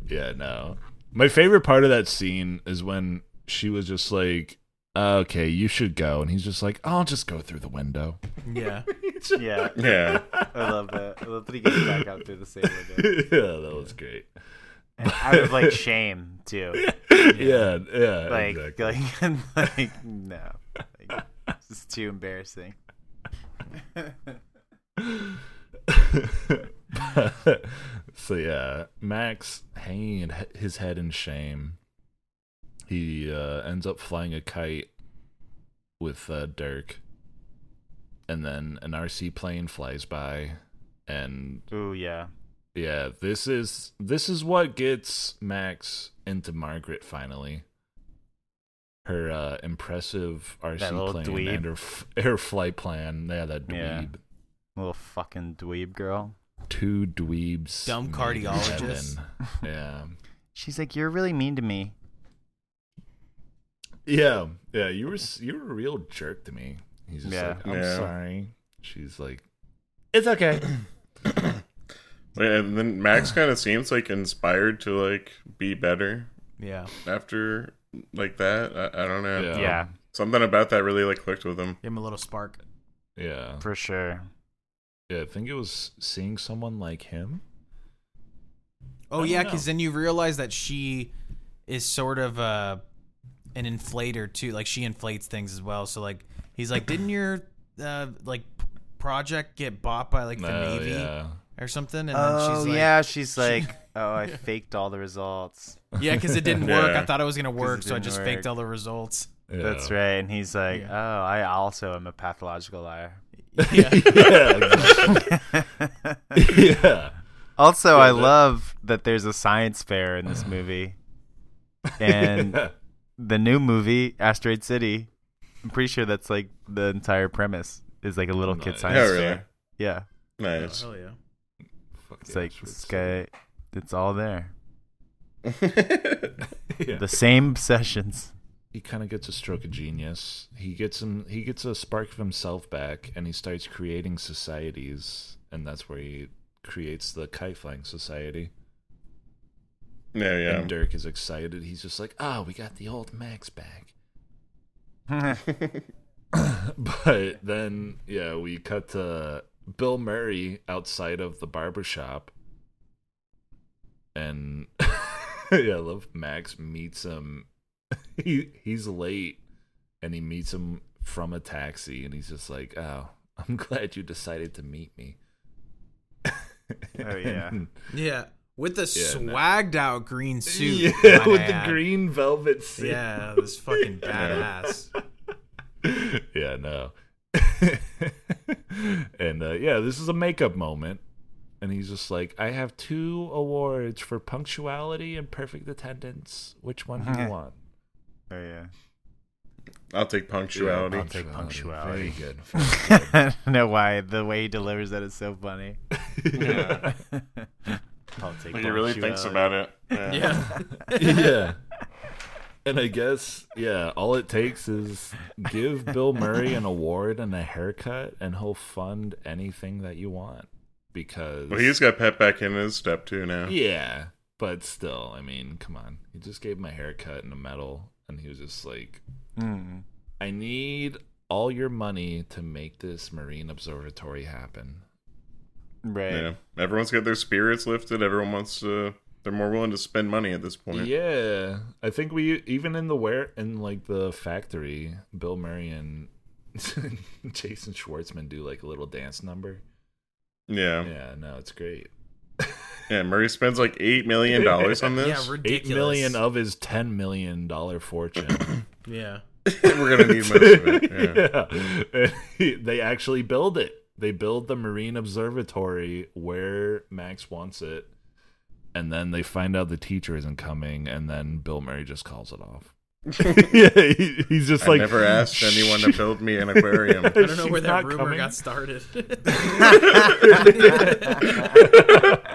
S3: Yeah, no. My favorite part of that scene is when she was just like, "Uh, okay, you should go. And he's just like, I'll just go through the window.
S4: Yeah.
S1: yeah,
S2: Yeah,
S1: I love that. I love that he gets back up through the same window.
S3: yeah, that was great.
S1: And out of like shame too.
S3: Yeah, yeah.
S1: like,
S3: exactly.
S1: like, like, no, like, this is too embarrassing.
S3: so yeah, Max hanging in- his head in shame. He uh, ends up flying a kite with uh, Dirk, and then an RC plane flies by, and
S1: Ooh, yeah,
S3: yeah, this is this is what gets Max into Margaret finally. Her uh, impressive
S1: That
S3: RC
S1: little
S3: plane
S1: dweeb.
S3: and her, f- her flight plan. Yeah, that dweeb.
S1: Yeah. little fucking dweeb girl.
S3: two dweebs.
S4: Dumb
S3: made
S4: cardiologists.
S3: heaven. Yeah.
S1: She's like, you're really mean to me.
S3: Yeah. Yeah. You were s- you were a real jerk to me. He's just
S1: Yeah.
S3: like, I'm
S2: Yeah.
S3: sorry. She's like, it's okay.
S2: Yeah, and then Max kind of seems like inspired to like be better
S4: Yeah.
S2: after like that. I, I don't know.
S3: Yeah.
S1: yeah,
S2: Something about that really like clicked with him.
S4: Give him a little spark.
S3: yeah.
S1: for sure.
S3: Yeah. I think it was seeing someone like him.
S4: Oh
S3: I
S4: yeah,
S3: don't
S4: because
S3: know.
S4: then you realize that she is sort of uh, an inflator too. Like she inflates things as well. So like he's like, didn't your uh, like p- project get bought by like the
S3: Oh,
S4: navy
S3: yeah.
S4: or something? And
S1: oh
S4: then she's like,
S1: yeah, she's like, oh, I faked all the results.
S4: yeah, because it didn't work. I
S2: Yeah.
S4: thought it was gonna work,
S1: it
S4: so I
S1: didn't
S4: just
S1: work.
S4: faked all the results.
S3: Yeah.
S1: That's right. And he's like, oh, I also am a pathological liar.
S3: yeah. exactly. yeah.
S1: Also, I love that there's a science fair in this movie, and the new movie Asteroid City. I'm pretty sure that's like the entire premise is like a little kid
S3: Nice. Oh,
S1: science
S2: Yeah,
S1: fair.
S2: really.
S1: Yeah,
S2: Nice.
S4: yeah.
S3: Fuck
S1: it's
S3: the
S1: like
S3: Asteroid
S1: sky. It's all there.
S3: City. Yeah.
S1: The same sessions.
S3: he kind of gets a stroke of genius. He gets him. He gets a spark of himself back, and he starts creating societies, and that's where he creates the kite flying society.
S2: yeah, yeah.
S3: And Dirk is excited. He's just like, "Ah, we got the old Max back." but then, yeah, we cut to Bill Murray outside of the barber shop, and yeah, I love Max meets him. He he's late, and he meets him from a taxi, and he's just like, "Oh, I'm glad you decided to meet me."
S1: Oh yeah.
S4: Yeah. With the
S3: Yeah, no.
S4: swagged out green suit.
S3: yeah,
S4: might
S3: with
S4: I
S3: the
S4: add.
S3: green velvet suit.
S4: Yeah, this fucking badass.
S3: yeah, no. and uh, yeah, this is a makeup moment. And he's just like, I have two awards for punctuality and perfect attendance. Which one do you want?
S1: Oh yeah.
S2: I'll take punctuality.
S3: I'll take
S1: punctuality.
S3: Very good.
S1: I don't know why the way he delivers that is so funny.
S2: yeah.
S1: I'll take
S2: Like, he really thinks
S1: punctuality.
S2: about it. Yeah.
S3: yeah. And I guess, yeah, all it takes is give Bill Murray an award and a haircut, and he'll fund anything that you want. Because
S2: Well, he's got Pep back in his step too now.
S3: Yeah, but still, I mean, come on. He just gave him a haircut and a medal, and he was just like,
S1: Mm.
S3: "I need all your money to make this marine observatory happen."
S1: Right.
S2: Yeah. Everyone's got their spirits lifted. Everyone wants to. They're more willing to spend money at this point.
S3: Yeah, I think we even in the where in like the factory, Bill Murray and Jason Schwartzman do like a little dance number.
S2: Yeah. Yeah.
S3: Yeah, no, it's great.
S2: Murray spends like $8 million on
S4: yeah,
S2: this.
S3: Eight
S4: ridiculous.
S3: million of his ten million dollar fortune.
S4: yeah.
S2: We're going to need most of it. Yeah.
S3: yeah. they actually build it. They build the marine observatory where Max wants it. And then they find out the teacher isn't coming, and then Bill Murray just calls it off. yeah, he, he's just
S2: I
S3: like
S2: never asked anyone to build me an aquarium.
S4: I don't know
S3: She's
S4: where that
S3: not
S4: rumor
S3: coming.
S4: got started.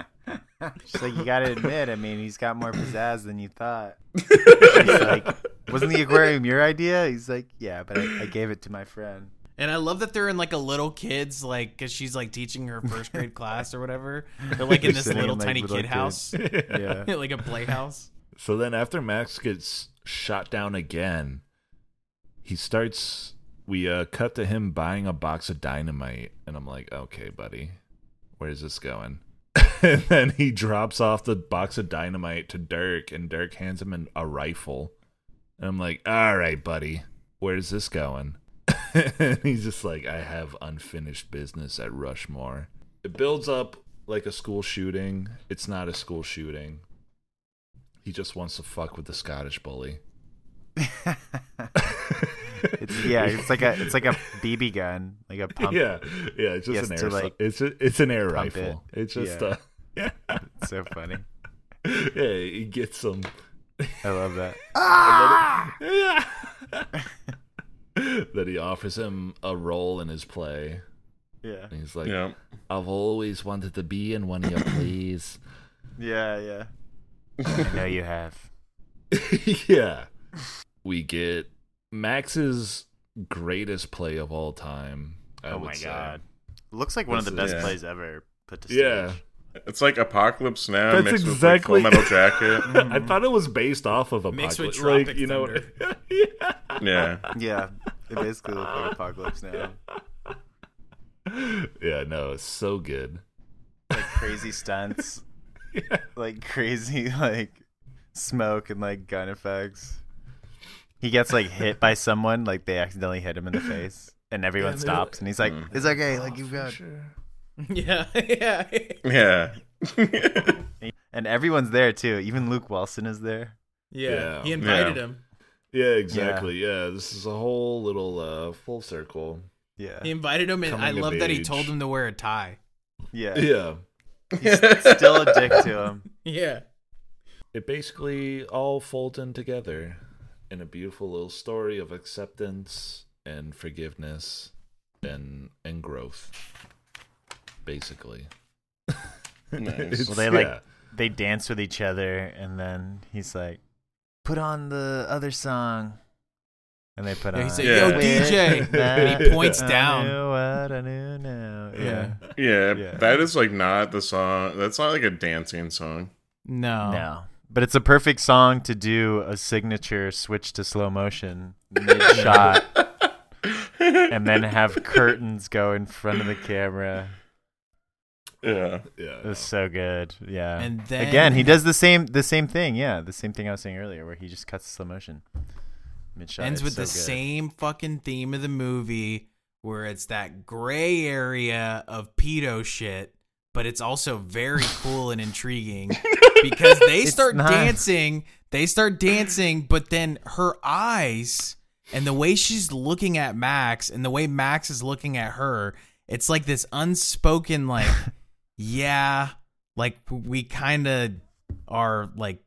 S1: It's like you gotta admit, I mean, he's got more pizzazz than you thought. He's like, wasn't the aquarium your idea? He's like, yeah, but I, I gave it to my friend.
S4: and I love that they're in like a little kid's like because she's like teaching her first grade class or whatever. They're like in this
S1: Sitting in,
S4: little
S1: like,
S4: tiny
S1: little
S4: kid
S1: kid.
S4: house,
S1: Yeah.
S4: like a playhouse.
S3: So then, after Max gets shot down again, he starts. We uh, cut to him buying a box of dynamite, and I'm like, okay, buddy, where's this going? and then he drops off the box of dynamite to Dirk, and Dirk hands him an, a rifle. And I'm like, all right, buddy, where's this going? and he's just like, I have unfinished business at Rushmore. It builds up like a school shooting. It's not a school shooting. He just wants to fuck with the Scottish bully.
S1: It's, yeah, it's like a it's like a BB gun, like a pump.
S3: yeah, yeah. It's
S1: Yes,
S3: just an
S1: to,
S3: air.
S1: like,
S3: it's a, it's an air
S1: pump
S3: rifle. It's just uh, yeah.
S1: It's so funny.
S3: yeah. He gets them.
S1: I love that.
S3: Yeah. that he offers him a role in his play.
S1: Yeah.
S3: And he's like,
S2: Yeah.
S3: "I've always wanted to be in one of your plays."
S1: Yeah, yeah. I know you have.
S3: yeah. We get Max's greatest play of all time. I
S1: oh
S3: would
S1: my
S3: say.
S1: god. Looks like one of the
S3: This
S1: best
S2: is-
S1: plays ever put to stage.
S3: Yeah.
S2: It's like Apocalypse Now
S3: That's
S2: mixed
S3: exactly-
S2: with like, Full Metal Jacket.
S3: I thought it was based off of a
S4: Mixed with
S3: like,
S4: Tropic
S3: you know,
S4: Thunder.
S3: yeah.
S2: yeah.
S1: Yeah. It basically looked like Apocalypse Now.
S3: yeah, no, it's so good.
S1: Like crazy stunts. Like crazy like smoke and like gun effects. He gets like hit by someone, like they accidentally hit him in the face. And everyone
S3: they're-
S1: stops and he's like, It's okay, like you've got
S4: yeah, yeah.
S2: Yeah.
S1: and everyone's there too. Even Luke Wilson is there.
S4: Yeah.
S3: Yeah.
S4: He invited
S2: Yeah.
S4: him.
S3: Yeah, exactly. Yeah. this is a whole little uh, full circle.
S1: Yeah.
S4: He invited him, and
S3: Coming
S4: I
S3: of
S4: love that he
S3: age.
S4: told him to wear a tie.
S1: Yeah.
S3: Yeah.
S1: He's still a dick to him.
S4: Yeah.
S3: It basically all folds in together in a beautiful little story of acceptance and forgiveness and and growth. Basically.
S2: Nice.
S1: Well, they like
S3: Yeah.
S1: they dance with each other, and then he's like, "Put on the other song," and they put
S4: Yeah,
S1: on.
S4: he's like,
S2: "Yo,
S4: DJ,"
S1: and
S4: he points down.
S1: I knew what I knew now.
S4: Yeah.
S1: Yeah.
S2: yeah,
S1: Yeah.
S2: that is like not the song. That's not like a dancing song.
S4: No.
S1: No. But it's a perfect song to do a signature switch to slow motion mid shot and then have curtains go in front of the camera.
S2: Yeah,
S3: Yeah.
S1: It was so good. Yeah.
S4: And then-
S1: again, he does the same the same thing. Yeah, the same thing I was saying earlier where he just cuts slow motion mid shot.
S4: Ends with the same fucking theme of the movie where it's that gray area of pedo shit, but it's also very cool and intriguing because they
S1: It's
S4: start
S1: not-
S4: dancing, they start dancing, but then her eyes and the way she's looking at Max and the way Max is looking at her, it's like this unspoken like yeah, like we kind of are like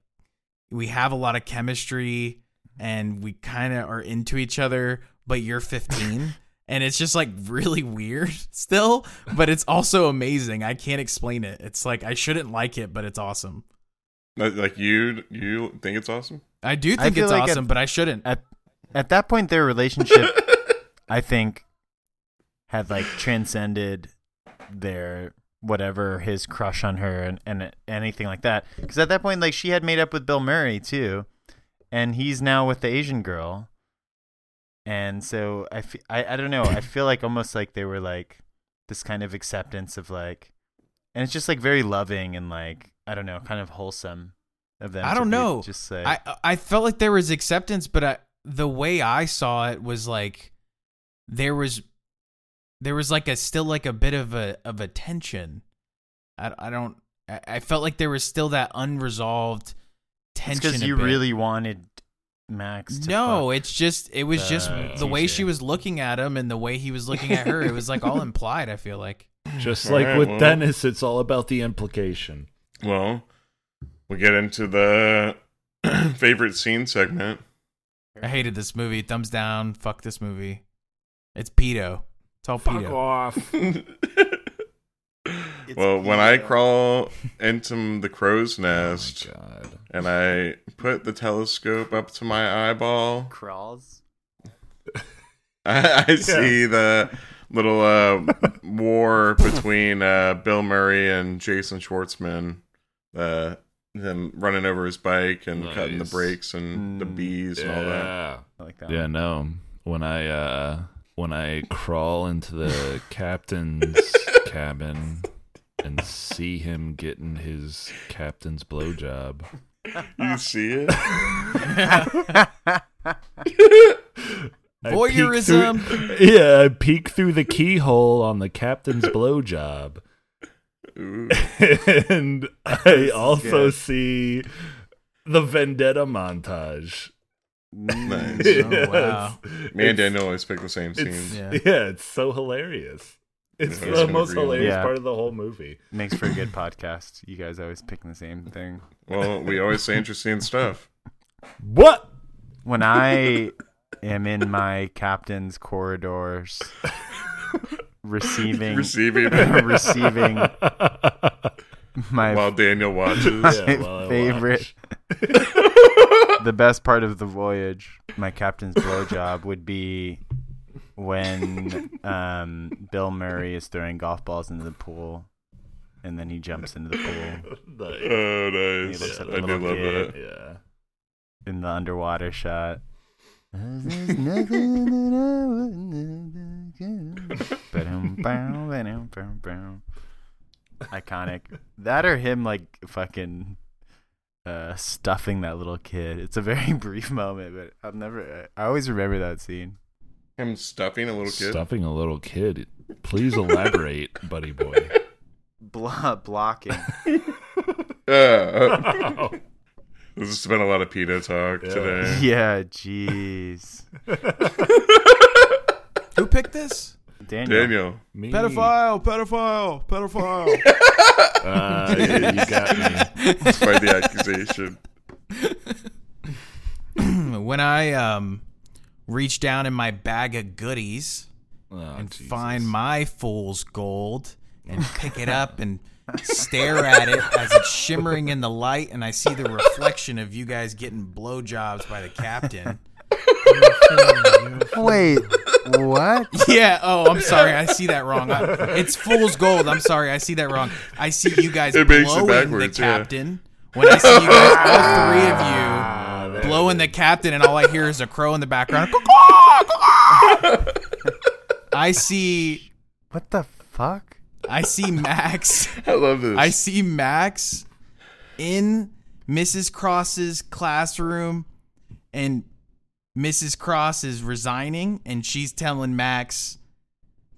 S4: we have a lot of chemistry and we kind of are into each other, but you're 15 and it's just like really weird still, but it's also amazing. I can't explain it. It's like I shouldn't like it, but it's awesome.
S2: like like you you think it's awesome.
S4: I do
S1: I
S4: think
S1: feel
S4: it's
S1: like at-
S4: awesome, but I shouldn't.
S1: at at that point their relationship I think had like transcended their whatever his crush on her and, and anything like that because at that point like she had made up with Bill Murray too and he's now with the Asian girl and so I fe- I, I don't know I feel like almost like they were like this kind of acceptance of like and it's just like very loving and like I don't know kind of wholesome of them
S4: I
S1: to
S4: don't
S1: be
S4: know.
S1: just say
S4: I I felt like there was acceptance, but I, the way I saw it was like there was there was like a still like a bit of a of a tension. I I don't I, I felt like there was still that unresolved tension.
S1: because
S4: a
S1: you
S4: bit.
S1: really wanted Max. To
S4: no,
S1: fuck.
S4: it's just it was just
S3: the
S4: the way
S1: teacher.
S4: she was looking at him and the way he was looking at her. It was like all implied. I feel like
S3: Just
S2: All
S3: like
S2: right,
S3: with
S2: well-
S3: Dennis, it's all about the implication.
S2: Well, we get into the favorite scene segment.
S4: I hated this movie. Thumbs down. Fuck this movie. It's pedo. It's all pedo.
S3: off.
S2: well, when I crawl into the crow's nest
S3: Oh God.
S2: and I put the telescope up to my eyeball,
S1: crawls.
S2: I, I see the little uh, war between uh, Bill Murray and Jason Schwartzman. Uh, them running over his bike and cutting the
S3: Nice.
S2: brakes and the
S1: Mm,
S2: bees and all that.
S3: Yeah.
S1: I like that.
S3: Yeah, no. When I uh when I crawl into the captain's cabin and see him getting his captain's blowjob.
S2: You see it?
S3: I peek through-
S4: Voyeurism.
S3: yeah, I peek through the keyhole on the captain's blowjob.
S2: Ooh.
S3: and I also see the vendetta montage.
S2: Nice.
S3: Yes.
S4: wow.
S2: Me and
S3: It's-
S2: Daniel always pick the same
S3: It's,
S2: scenes.
S3: yeah.
S4: Yeah.
S3: it's so hilarious. It's
S2: Yeah, I was
S3: the
S2: gonna
S3: most
S2: agree on that.
S3: hilarious
S1: Yeah.
S3: part of the whole movie.
S1: Makes for a good podcast. You guys always picking the same thing.
S2: Well, we always say interesting stuff.
S3: What?
S1: When I am in my captain's corridors, receiving
S2: Receiving
S1: receiving my
S2: while Daniel watches.
S3: Yeah, while I
S1: favorite. the best part of the voyage, my captain's blowjob, would be when um, Bill Murray is throwing golf balls into the pool, and then he jumps into the pool
S3: Nice.
S2: Oh,
S1: He
S2: nice.
S1: looks at the
S2: I do
S1: little
S2: love
S1: kid.
S2: that.
S3: Yeah.
S1: in the underwater shot. There's nothing that I wouldn't do. Ba-dum, bow, ba-dum, bow, bow. Iconic. That or him like fucking uh, stuffing that little kid. It's a very brief moment, but I've never. I always remember that scene.
S2: Him stuffing a little kid.
S3: Stuffing a little kid. Please elaborate, buddy boy.
S1: Blo- blocking.
S2: Yeah. this has been a lot of PETA talk today.
S1: yeah, jeez.
S4: Who picked this?
S1: Daniel.
S2: Daniel.
S4: Hmm.
S3: Me.
S4: Pedophile, pedophile, pedophile.
S3: Uh, yeah, you got me.
S2: Despite the accusation.
S4: when I um reach down in my bag of goodies
S3: Oh,
S4: and
S3: Jesus.
S4: find my fool's gold and pick it up and stare at it as it's shimmering in the light and I see the reflection of you guys getting blowjobs by the captain.
S1: Wait, what?
S4: Yeah. Oh, I'm sorry. I see that wrong. I, it's fool's gold. I'm sorry. I see that wrong. I see you guys
S2: It
S4: blowing
S2: makes it
S4: the
S2: backwards, yeah.
S4: captain. When I see you guys, all three of you blowing the captain, and all I hear is a crow in the background. Caw-caw, caw-caw. I see.
S1: What the fuck?
S4: I see Max.
S2: I love this.
S4: I see Max in Mrs. Cross's classroom, and Mrs. Cross is resigning, and she's telling Max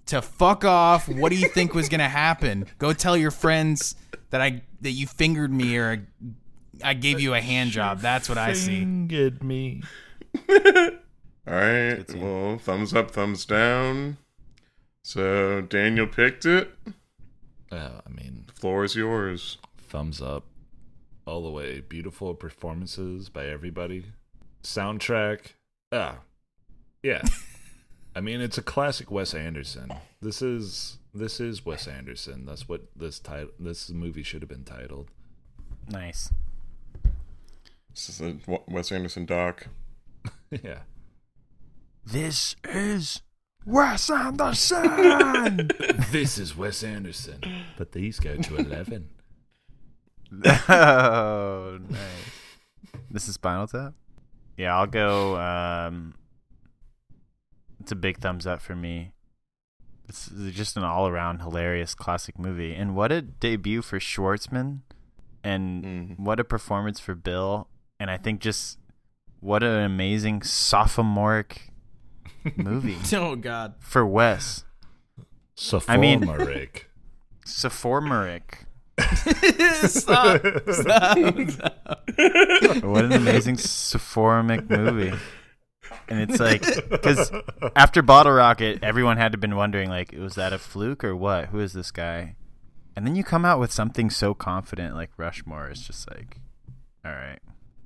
S4: to fuck off. What do you think was gonna happen? Go tell your friends that I that you fingered me or I gave you a hand job. That's what I see.
S3: Fingered me.
S2: All right. Well, thumbs up, thumbs down. So Daniel picked it.
S3: Uh, I mean,
S2: Floor is yours.
S3: thumbs up all the way. Beautiful performances by everybody. Soundtrack. Ah. Yeah. I mean, it's a classic Wes Anderson. This is this is Wes Anderson. That's what this title this movie should have been titled.
S1: Nice.
S2: This is a W- Wes Anderson doc.
S3: yeah.
S1: This is Wes Anderson.
S3: This is Wes Anderson. But these go to 11.
S1: oh, nice. This is Spinal Tap. Yeah, I'll go. Um, it's a big thumbs up for me. It's just an all-around hilarious classic movie, and what a debut for Schwartzman, and
S2: Mhm.
S1: what a performance for Bill, and I think just what an amazing sophomoric movie
S4: Oh God.
S1: for Wes. I mean-
S3: Sophomoric.
S1: Sophomoric.
S4: Stop. Stop.
S1: What an amazing sophomoric movie. And it's like, because after Bottle Rocket, everyone had to been wondering, like, was that a fluke or what? Who is this guy? And then you come out with something so confident, like Rushmore is just like, all right,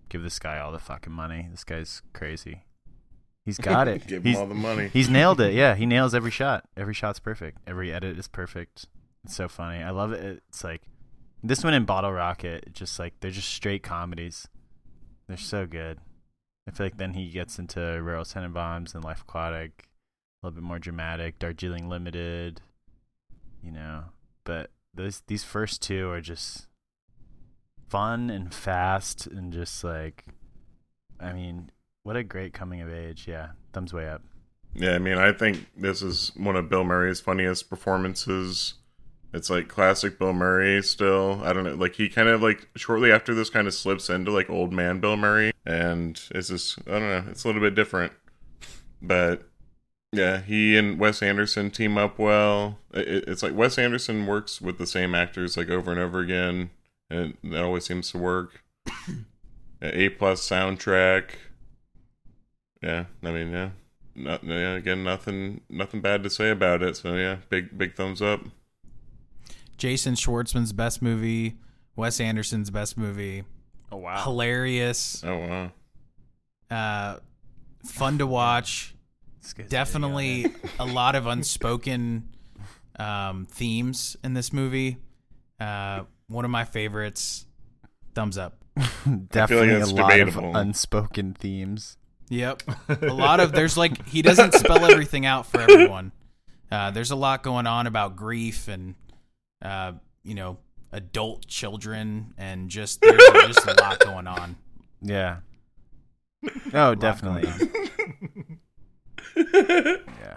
S1: give this guy all the fucking money. This guy's crazy. He's got it.
S2: Give him
S1: he's,
S2: all the money.
S1: he's nailed it. Yeah, he nails every shot. Every shot's perfect. Every edit is perfect. It's so funny. I love it. It's like this one in Bottle Rocket. Just like they're just straight comedies. They're so good. I feel like then he gets into Royal Tenenbaums and Life Aquatic, a little bit more dramatic. Darjeeling Limited, you know. But those these first two are just fun and fast and just like, I mean, what a great coming of age. Yeah, thumbs way up.
S2: Yeah, I mean, I think this is one of Bill Murray's funniest performances. It's like classic Bill Murray still. I don't know, like he kind of like shortly after this kind of slips into like old man Bill Murray and it's just I don't know, it's a little bit different. But yeah, he and Wes Anderson team up well. It- it- It's like Wes Anderson works with the same actors like over and over again and it- that always seems to work. A plus soundtrack. Yeah, I mean, yeah not, yeah, again, nothing, nothing bad to say about it. So yeah, big, big thumbs up.
S4: Jason Schwartzman's best movie. Wes Anderson's best movie.
S1: Oh wow.
S4: Hilarious.
S2: Oh wow,
S4: Uh, fun to watch. definitely a lot of unspoken um, themes in this movie. Uh, one of my favorites. Thumbs up.
S1: definitely
S2: that's
S1: a lot
S2: debatable.
S1: of unspoken themes.
S4: Yep. A lot of there's like he doesn't spell everything out for everyone. Uh, there's a lot going on about grief and uh, you know adult children and just there's just a lot going on.
S1: Yeah. Oh, definitely. yeah.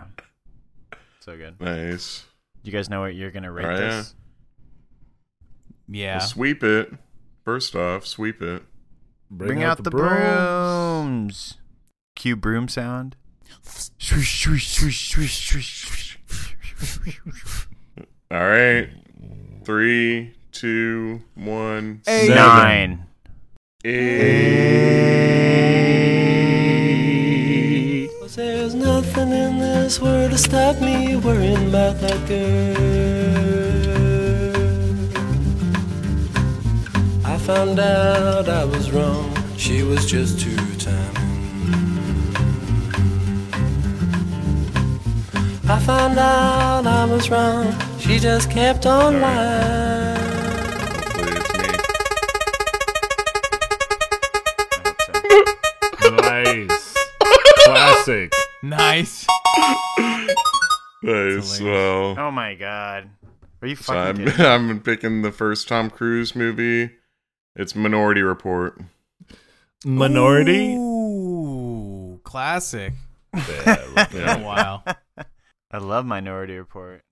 S1: So good.
S2: nice.
S1: You guys know what you're gonna rate
S2: Right,
S1: this?
S4: Yeah.
S2: Sweep it. First off, sweep it.
S3: Bring,
S1: Bring, out, the brooms. Cue broom sound. Swoosh, swoosh, swoosh, swoosh, swoosh, swoosh.
S2: All right, three, two, one.
S3: Seven.
S1: Nine.
S2: Eight.
S9: There's nothing nothing in this world to stop me worrying about that girl. I found out I was wrong, she was just too timing. I found out I was wrong, she just kept on lying.
S2: Hopefully it's me.
S3: Nice. Classic.
S4: Nice.
S2: Nice. Well,
S6: Oh my god. Are you
S2: so
S6: fucking
S2: I'm,
S6: kidding?
S2: I'm picking the first Tom Cruise movie. It's Minority Report.
S3: Minority.
S4: Ooh, classic.
S3: Yeah,
S4: Wow.
S6: I love Minority Report.